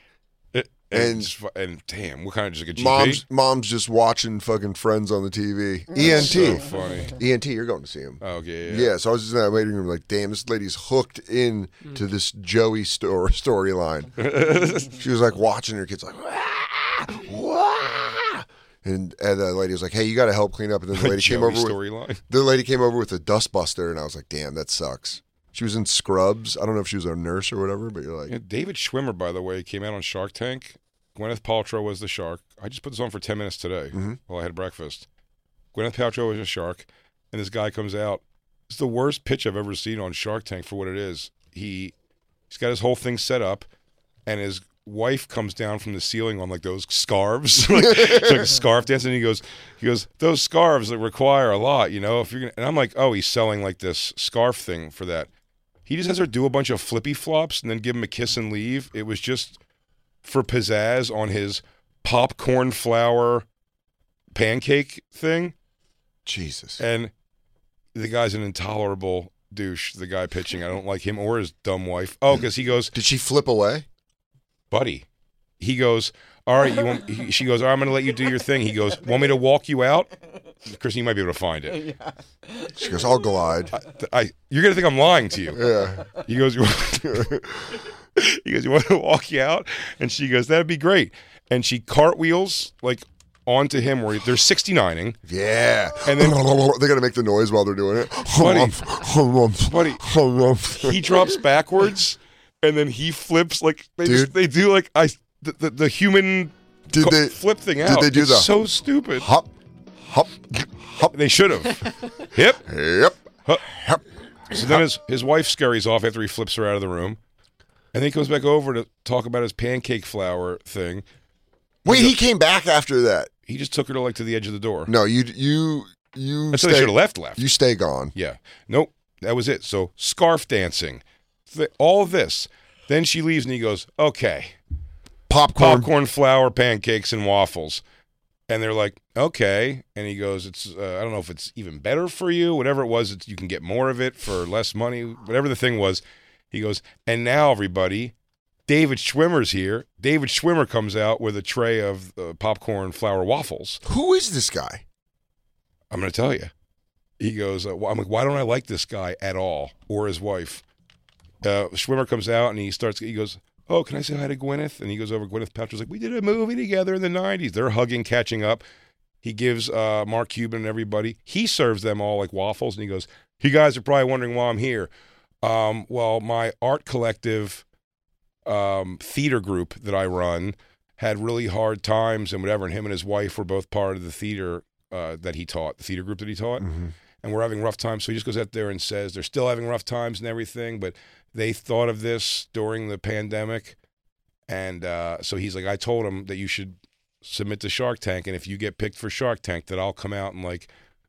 A: And
B: And-
A: it's fu- and damn, what kind of just like a GP?
B: Mom's mom's just watching fucking Friends on the E TV.
A: That's
B: ENT,
A: so funny.
B: ENT, E you're going to see him.
A: Oh yeah, yeah.
B: Yeah. so I was just in that waiting room, like, damn, this lady's hooked in to this Joey story storyline. she was like watching her kids, like, "Wah, wah." and, and the lady was like, "Hey, you got to help clean up." And then the lady came
A: Joey
B: over
A: storyline.
B: with the lady came over with a dustbuster, and I was like, "Damn, that sucks." She was in scrubs. I don't know if she was a nurse or whatever, but you're like,
A: Yeah, David Schwimmer, by the way, came out on Shark Tank. Gwyneth Paltrow was the shark. I just put this on for ten minutes today while I had breakfast. Gwyneth Paltrow was a shark, and this guy comes out. It's the worst pitch I've ever seen on Shark Tank for what it is. He he's got his whole thing set up, and his wife comes down from the ceiling on like those scarves, like, it's like a scarf dance, and he goes, he goes, those scarves that require a lot, you know. If you're gonna, and I'm like, oh, he's selling like this scarf thing for that. He just has her do a bunch of flippy flops and then give him a kiss and leave. It was just for pizzazz on his popcorn flour pancake thing.
B: Jesus.
A: And the guy's an intolerable douche, the guy pitching. I don't like him or his dumb wife. Oh, because he goes,
B: "Did she flip away?"
A: Buddy. He goes, all right, you want, he- she goes, all right, I'm going to let you do your thing. He goes, want me to walk you out? Kristen, you might be able to find it.
B: She goes, I'll glide.
A: I, you're going to think I'm lying to you.
B: Yeah.
A: He goes, you want, he goes, you want to walk you out? And she goes, that'd be great. And she cartwheels like onto him where they're 69ing.
B: Yeah.
A: And then
B: they got to make the noise while they're doing it.
A: Buddy. he drops backwards and then he flips like they
B: Dude.
A: just, they do like I the, the, the human
B: Did
A: co-
B: they-
A: flip thing
B: did
A: out.
B: they do
A: It's
B: the
A: so stupid.
B: Hop, hop, hop.
A: They should have. Yep.
B: Yep.
A: Hup. So then his, his wife scurries off after he flips her out of the room. And then he comes back over to talk about his pancake flour thing.
B: Wait, he came back after that.
A: He just took her to like to the edge of the door.
B: No, you you you.
A: That's what they
B: stay-
A: should have left left.
B: You stay gone.
A: Yeah. Nope. That was it. So scarf dancing, th- all this. Then she leaves and he goes, okay.
B: Popcorn.
A: Popcorn, flour, pancakes, and waffles. And they're like, okay. And he goes, it's, uh, I don't know if it's even better for you, whatever it was, it's, you can get more of it for less money, whatever the thing was. He goes, and now everybody, David Schwimmer's here. David Schwimmer comes out with a tray of uh, popcorn, flour, waffles.
B: Who is this guy?
A: I'm going to tell you. He goes, uh, wh- I'm like, why don't I like this guy at all or his wife? Uh, Schwimmer comes out and he starts, he goes, Oh, can I say hi to Gwyneth? And he goes over. Gwyneth Paltrow's like, We did a movie together in the 90s. They're hugging, catching up. He gives uh, Mark Cuban and everybody, he serves them all like waffles. And he goes, You guys are probably wondering why I'm here. Um, well, my art collective um, theater group that I run had really hard times and whatever. And him and his wife were both part of the theater uh, that he taught, the theater group that he taught. And we're having rough times. So he just goes out there and says, they're still having rough times and everything, but they thought of this during the pandemic. And uh, so he's like, I told him that you should submit to Shark Tank. And if you get picked for Shark Tank, that I'll come out and like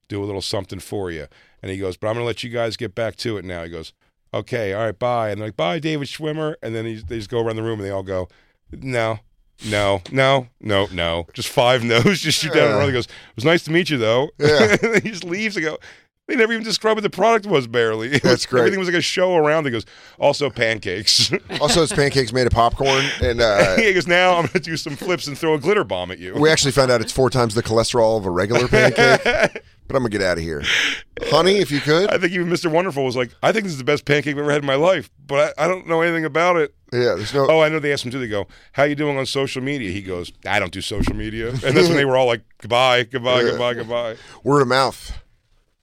A: do a little something for you. And he goes, But I'm going to let you guys get back to it now. He goes, Okay, all right, bye. And they're like, Bye, David Schwimmer. And then he, they just go around the room and they all go, No, no, no, no, no. Just five no's. Just shoot down the road. He goes, It was nice to meet you, though.
B: Yeah.
A: and he just leaves and go, they never even described what the product was, barely. It was-
B: That's great.
A: Everything was like a show around. He goes, also pancakes.
B: Also, it's pancakes made of popcorn, and uh,
A: he goes, now I'm going to do some flips and throw a glitter bomb at you.
B: we actually found out it's four times the cholesterol of a regular pancake. but I'm gonna get out of here, honey. If you could,
A: I think even Mr. Wonderful was like, I think this is the best pancake I've ever had in my life, but I, I don't know anything about it.
B: Yeah, there's no.
A: Oh, I know they asked him too. They go, "How you doing on social media?" He goes, "I don't do social media," and that's when they were all like, "Goodbye, goodbye,
B: Yeah.
A: goodbye, goodbye."
B: word of mouth.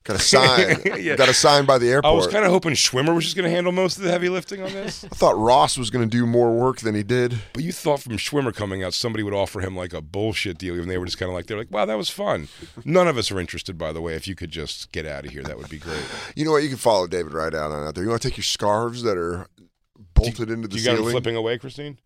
B: Got a sign.
A: Yeah.
B: Got a sign by the airport.
A: I was kind of hoping Schwimmer was just going to handle most of the heavy lifting on this,
B: I thought Ross was going to do more work than he did.
A: but you thought from Schwimmer coming out, somebody would offer him like a bullshit deal, even they were just kind of like, "They're like, wow, that was fun." None of us are interested, by the way. If you could just get out of here, that would be great.
B: You know what? You can follow David right out on out there. You want to take your scarves that are bolted into the
A: you got him
B: ceiling
A: flipping away, Christine?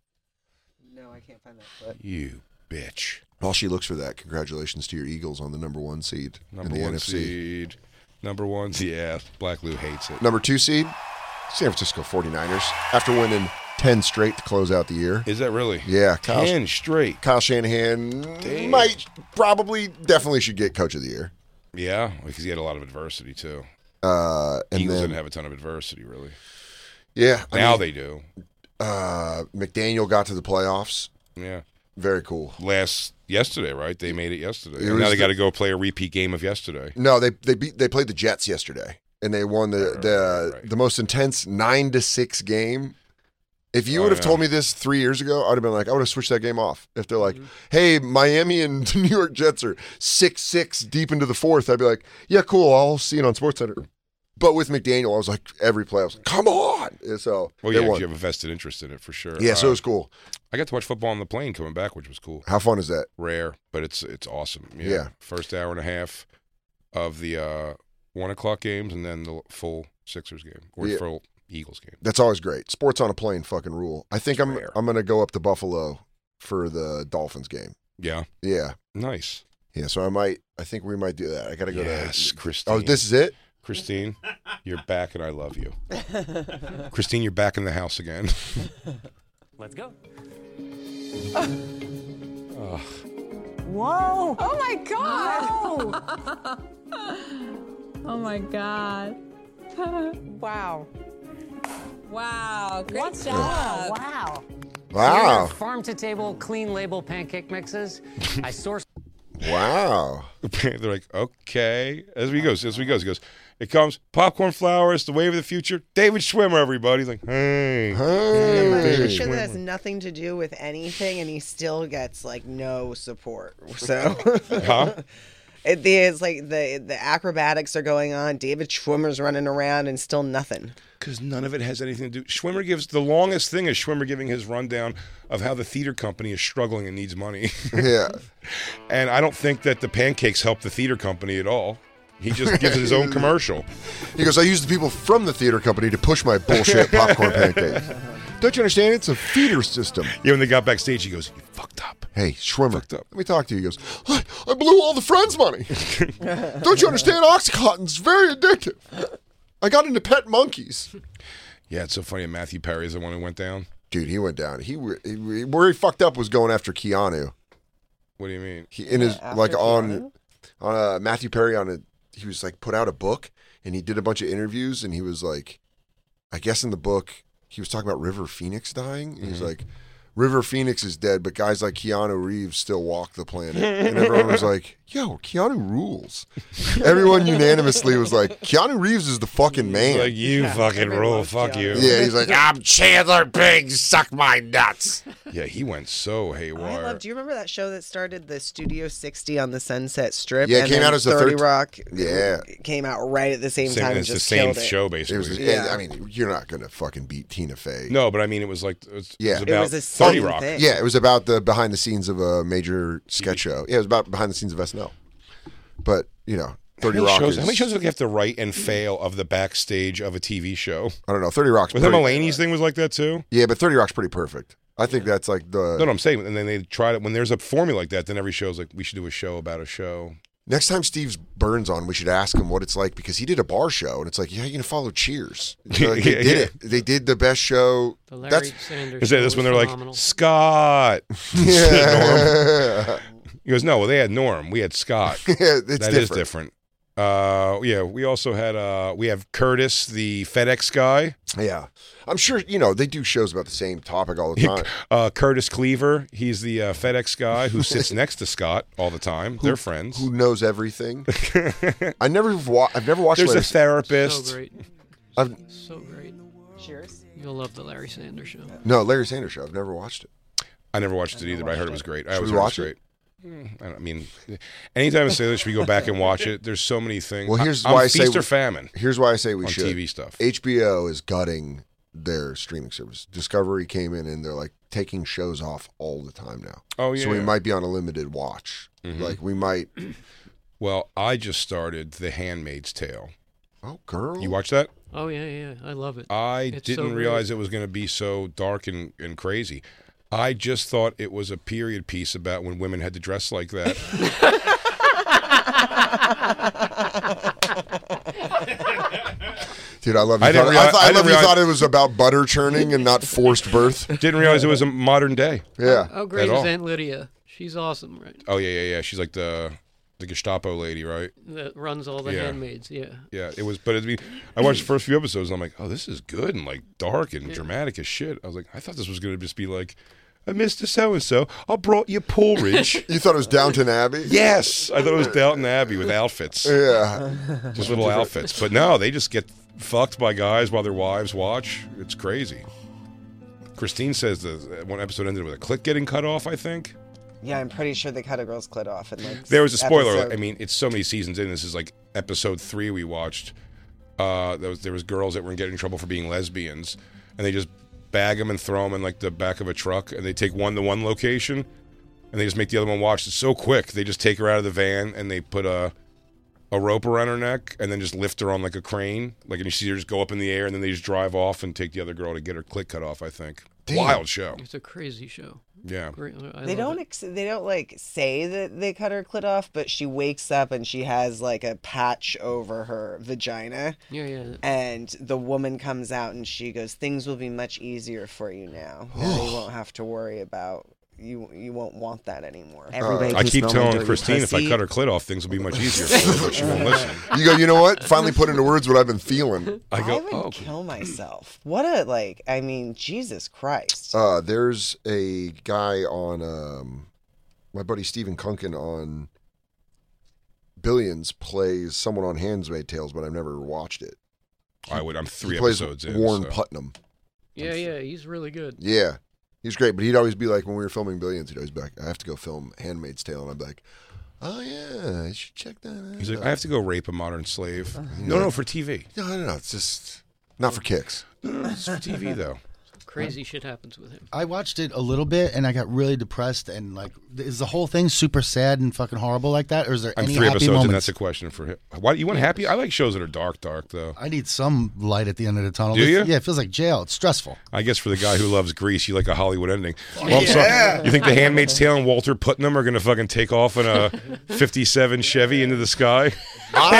E: No, I can't find that clip.
A: You bitch.
B: while she looks for that. Congratulations to your Eagles on the number one seed
A: Number
B: in the
A: one
B: NFC.
A: seed. Number one. Yeah, Black Lou hates it.
B: Number two seed, San Francisco 49ers. After winning 10 straight to close out the year.
A: Is that really?
B: Yeah, Kyle,
A: Ten straight.
B: Kyle Shanahan
A: Damn.
B: might, probably, definitely should get coach of the year.
A: Yeah, because he had a lot of adversity too.
B: Uh, and
A: Eagles
B: then,
A: didn't have a ton of adversity really.
B: yeah, I
A: now
B: mean,
A: they do.
B: Uh, McDaniel got to the playoffs.
A: Yeah.
B: Very cool.
A: Last yesterday, right? They made it yesterday.
B: It
A: and now
B: was
A: they
B: the-
A: got to go play a repeat game of yesterday.
B: No, they they beat they played the Jets yesterday, and they won the the the most intense nine to six game. If you
A: Oh,
B: would have
A: yeah.
B: told me this three years ago, I'd have been like, I would have switched that game off. If they're like,
A: Mm-hmm.
B: "Hey, Miami and New York Jets are six six deep into the fourth, I'd be like, "Yeah, cool, I'll see it on SportsCenter." But with McDaniel, I was like, every play, I was like, "Come on!" And so
A: Well,
B: they
A: Oh, yeah, 'cause
B: won.
A: you have a vested interest in it for sure.
B: yeah, so
A: Uh,
B: it was cool.
A: I got to watch football on the plane coming back, which was cool.
B: How fun is that?
A: Rare, but it's it's awesome. Yeah.
B: Yeah.
A: First hour and a half of the uh, one o'clock games, and then the full Sixers game or
B: Yeah.
A: full Eagles game.
B: That's always great. Sports on a plane, fucking rule. I think I'm I'm gonna go up to Buffalo for the Dolphins game.
A: Yeah.
B: Yeah.
A: Nice.
B: Yeah, so I might. I think we might do that. I gotta go
A: Yes,
B: to.
A: Christine.
B: Oh, this is it.
A: Christine, you're back and I love you. Christine, you're back in the house again.
Q: Let's go.
A: Ugh.
H: Whoa! Oh my god! oh my god! wow! Wow! Great job! Wow!
A: Ah.
B: Wow.
R: Farm to table, clean label pancake mixes. I source.
B: Wow.
A: They're like, okay. As we goes, as we goes, he goes. It comes popcorn flowers, the wave of the future. David Schwimmer, everybody. Like, hey, hey,
E: I'm
A: David
E: sure that has
A: Schwimmer.
E: nothing to do with anything, and he still gets like no support. So,
A: Huh?
E: it, there's like the the acrobatics are going on. David Schwimmer's running around, and still nothing.
A: Because none of it has anything to do. Schwimmer gives the longest thing is Schwimmer giving his rundown of how the theater company is struggling and needs money.
B: Yeah.
A: and I don't think that the pancakes help the theater company at all. He just gives his own commercial.
B: He goes, I use the people from the theater company to push my bullshit popcorn pancake. Don't you understand? It's a feeder system.
A: Yeah, when they got backstage, he goes, You fucked up.
B: Hey, Schwimmer, let me talk to you. He goes, I, I blew all the friends' money. Don't you understand? Oxycontin's very addictive. I got into pet monkeys.
A: Yeah, it's so funny. Matthew Perry is the one who went down.
B: Dude, he went down. He, w- he w- where he fucked up was going after Keanu.
A: What do you mean?
B: He in his like on on uh, Matthew Perry on a he was like put out a book and he did a bunch of interviews and he was like, I guess in the book he was talking about River Phoenix dying. He was
A: Mhm.
B: like, River Phoenix is dead, but guys like Keanu Reeves still walk the planet. And everyone was like, Yo, Keanu rules. Everyone unanimously was like, Keanu Reeves is the fucking man.
A: Like, you fucking rule. Fuck you.
B: Yeah, he's like, I'm Chandler Bing. Suck my nuts.
A: Yeah, he went so
E: I
A: haywire.
E: love. Do you remember that show that started the Studio 60 on the Sunset Strip?
B: Yeah, it
E: and
B: came
E: then
B: out as the
E: 30
B: third-
E: Rock.
B: Yeah.
E: came out right at the same, time. and
A: it's the
E: just
A: same
E: killed it.
A: show
B: It was,
A: basically.
B: yeah. I mean, you're not gonna fucking beat Tina Fey.
A: no, but I mean, it was like it was,
B: Yeah,
A: it was about Thirty Rock.
B: Yeah, it was about the behind the scenes of a major sketch show. Yeah, it was about behind the scenes of SNL. But you know, Thirty
A: how many
B: Rock.
A: Shows,
B: is-
A: how many shows do we have to write and fail of the backstage of a TV show?
B: I don't know. Thirty Rock's
A: Was that
B: pretty-
A: Mulaney's thing was like that too?
B: Yeah, but Thirty Rock's pretty perfect. I think that's like the
A: No, no, I'm saying, and then they tried it. When there's a formula like that, then every show's like, we should do a show about a show.
B: next time Steve's Burns on, we should ask him what it's like because he did a bar show and it's like, yeah, you gonna follow Cheers. It's like, they
A: Yeah,
B: did
A: yeah.
B: it. They did the best show.
D: The Larry
B: that's
D: Sanders
A: Is that this
D: show
A: when
D: was
A: they're
D: phenomenal.
A: like Scott?
B: Yeah.
A: Norm. He goes, no, well they had Norm, we had Scott.
B: Yeah, it's
A: That is
B: different.
A: different. Uh, yeah, we also had uh, we have Curtis, the FedEx guy.
B: Yeah, I'm sure you know they do shows about the same topic all the time.
A: Uh, Curtis Cleaver, he's the uh, FedEx guy who sits next to Scott all the time. They're friends.
B: Who knows everything? I never wa- I've never watched.
A: There's a
B: Larry-
A: therapist.
D: So great.
B: I've
D: So great.
E: Cheers.
D: You'll love the Larry Sanders show.
B: no Larry Sanders show. I've never watched it.
A: I never watched it either, but I heard it was great. I
B: Should
A: always
B: we
A: heard
B: watch
A: it was
B: it?
A: great. Mm, I, don't, I mean, anytime I say this, should we go back and watch it? There's so many things.
B: Well, here's
A: I, am
B: why I
A: feast
B: say we-
A: or famine.
B: Here's why I say we
A: on
B: should
A: TV stuff.
B: HBO is gutting their streaming service. Discovery came in and they're like taking shows off all the time now.
A: Oh,
B: So we
A: yeah.
B: might be on a limited watch.
A: Mhm.
B: Like we might.
A: Well, I just started The Handmaid's Tale.
B: Oh, girl.
A: You watch that?
D: Oh yeah, yeah, I love it.
A: I
D: It's so
A: didn't
D: great.
A: realize it was going to be so dark and, and crazy. I just thought it was a period piece about when women had to dress like that.
B: Dude, I love. You
A: I
B: I,
A: didn't
B: thought,
A: reali-
B: I,
A: I
B: thought, I
A: didn't
B: love
A: reali-
B: you thought it was about butter churning and not forced birth.
A: didn't realize it was a modern day.
B: Yeah.
D: How great
A: At
D: is
A: all.
D: Aunt Lydia? She's awesome, right?
A: Oh yeah, yeah, yeah. She's like the the Gestapo lady, right?
D: That runs all the
A: Yeah.
D: handmaids. Yeah.
A: Yeah, it was. But it'd be, I watched the first few episodes, and I'm like, oh, this is good and like dark and dramatic as shit. I was like, I thought this was gonna just be like, I Mr. So and So, I brought you porridge.
B: you thought it was Downton Abbey?
A: yes, I thought it was Downton Abbey with outfits.
B: Yeah.
A: just little outfits. But no, they just get fucked by guys while their wives watch. It's crazy. Christine says the one episode ended with a click getting cut off. I think
E: Yeah, I'm pretty sure they cut a girl's clit off. And like
A: there was a spoiler.
E: episode.
A: I mean, it's so many seasons in. This is like episode three we watched. Uh, there was there was girls that were getting in trouble for being lesbians, and they just bag them and throw them in like the back of a truck, and they take one to one location, and they just make the other one watch. It's so quick. They just take her out of the van and they put a a rope around her neck and then just lift her on like a crane, like and you see her just go up in the air, and then they just drive off and take the other girl to get her clit cut off. I think
B: Damn.
A: wild show.
D: It's a crazy show.
A: Yeah.
D: Great. I
E: they
D: love
E: don't
D: it.
E: ex- they don't like say that they cut her clit off, but she wakes up and she has like a patch over her vagina.
D: Yeah, yeah.
E: And the woman comes out and she goes, "Things will be much easier for you now. Now you won't have to worry about you you won't want that anymore.
A: Everybody I keep telling Christine if I cut her clit off, things will be much easier for her, but she won't listen.
B: You go, you know what? Finally put into words what I've been feeling.
A: I go, "Oh."
E: would kill myself. What a like! I mean, Jesus Christ!
B: Uh, there's a guy on um, my buddy Stephen Kunkin on Billions plays someone on Handmaid's Tales, but I've never watched it.
A: I would. I'm three
B: he plays
A: episodes in.
B: Warren
A: so.
B: Putnam.
D: Yeah, yeah, he's really good.
B: Yeah, he's great. But he'd always be like when we were filming Billions, he'd always be like, "I have to go film Handmaid's Tale," and I'd be like, "Oh yeah, I should check that out."
A: He's like, I have to go rape a modern slave. No, no, for TV.
B: No, no, no. It's just not for kicks.
A: It's for TV though.
D: Crazy shit happens with him.
G: I watched it a little bit and I got really depressed and like, is the whole thing super sad and fucking horrible like that, or is there
A: I'm
G: any
A: three
G: happy
A: episodes, and
G: moments?
A: that's a question for him. Why you want happy? I like shows that are dark, dark though.
G: I need some light at the end of the tunnel.
A: Do
G: This-
A: you?
G: Yeah, it feels like jail. It's stressful.
A: I guess for the guy who loves Greece, you like a Hollywood ending. Well, I'm
G: Yeah.
A: sorry. You think The Handmaid's Tale and Walter Putnam are going to fucking take off in a 57 Chevy into the sky?
B: I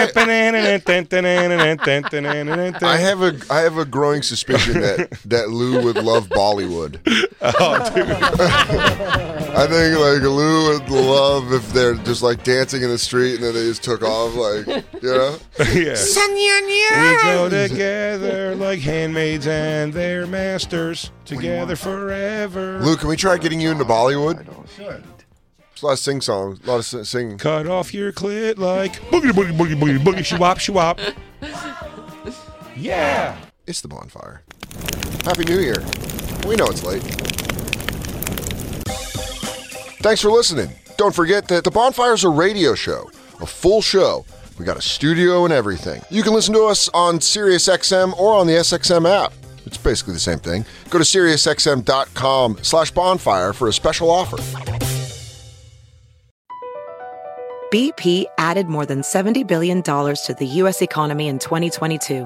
B: have a I have a growing suspicion that that Lou would love Bollywood.
A: Oh, dude.
B: I think like Lou would love if they're just like dancing in the street and then they just took off like you know.
A: yeah. We go
B: yeah.
A: together like handmaids and their masters, together forever.
B: Lou, can we try getting you into Bollywood?
G: Sure.
B: It's a lot of sing songs, a lot of si- singing.
A: Cut off your clit like boogie boogie boogie boogie boogie shwap shwap. Yeah.
B: It's the bonfire. Happy New Year. We know it's late. Thanks for listening. Don't forget that The Bonfire is a radio show, a full show. We got a studio and everything. You can listen to us on SiriusXM or on the SXM app. It's basically the same thing. Go to SiriusXM.com slash bonfire for a special offer.
J: BP added more than $70 billion to the U.S. economy in 2022.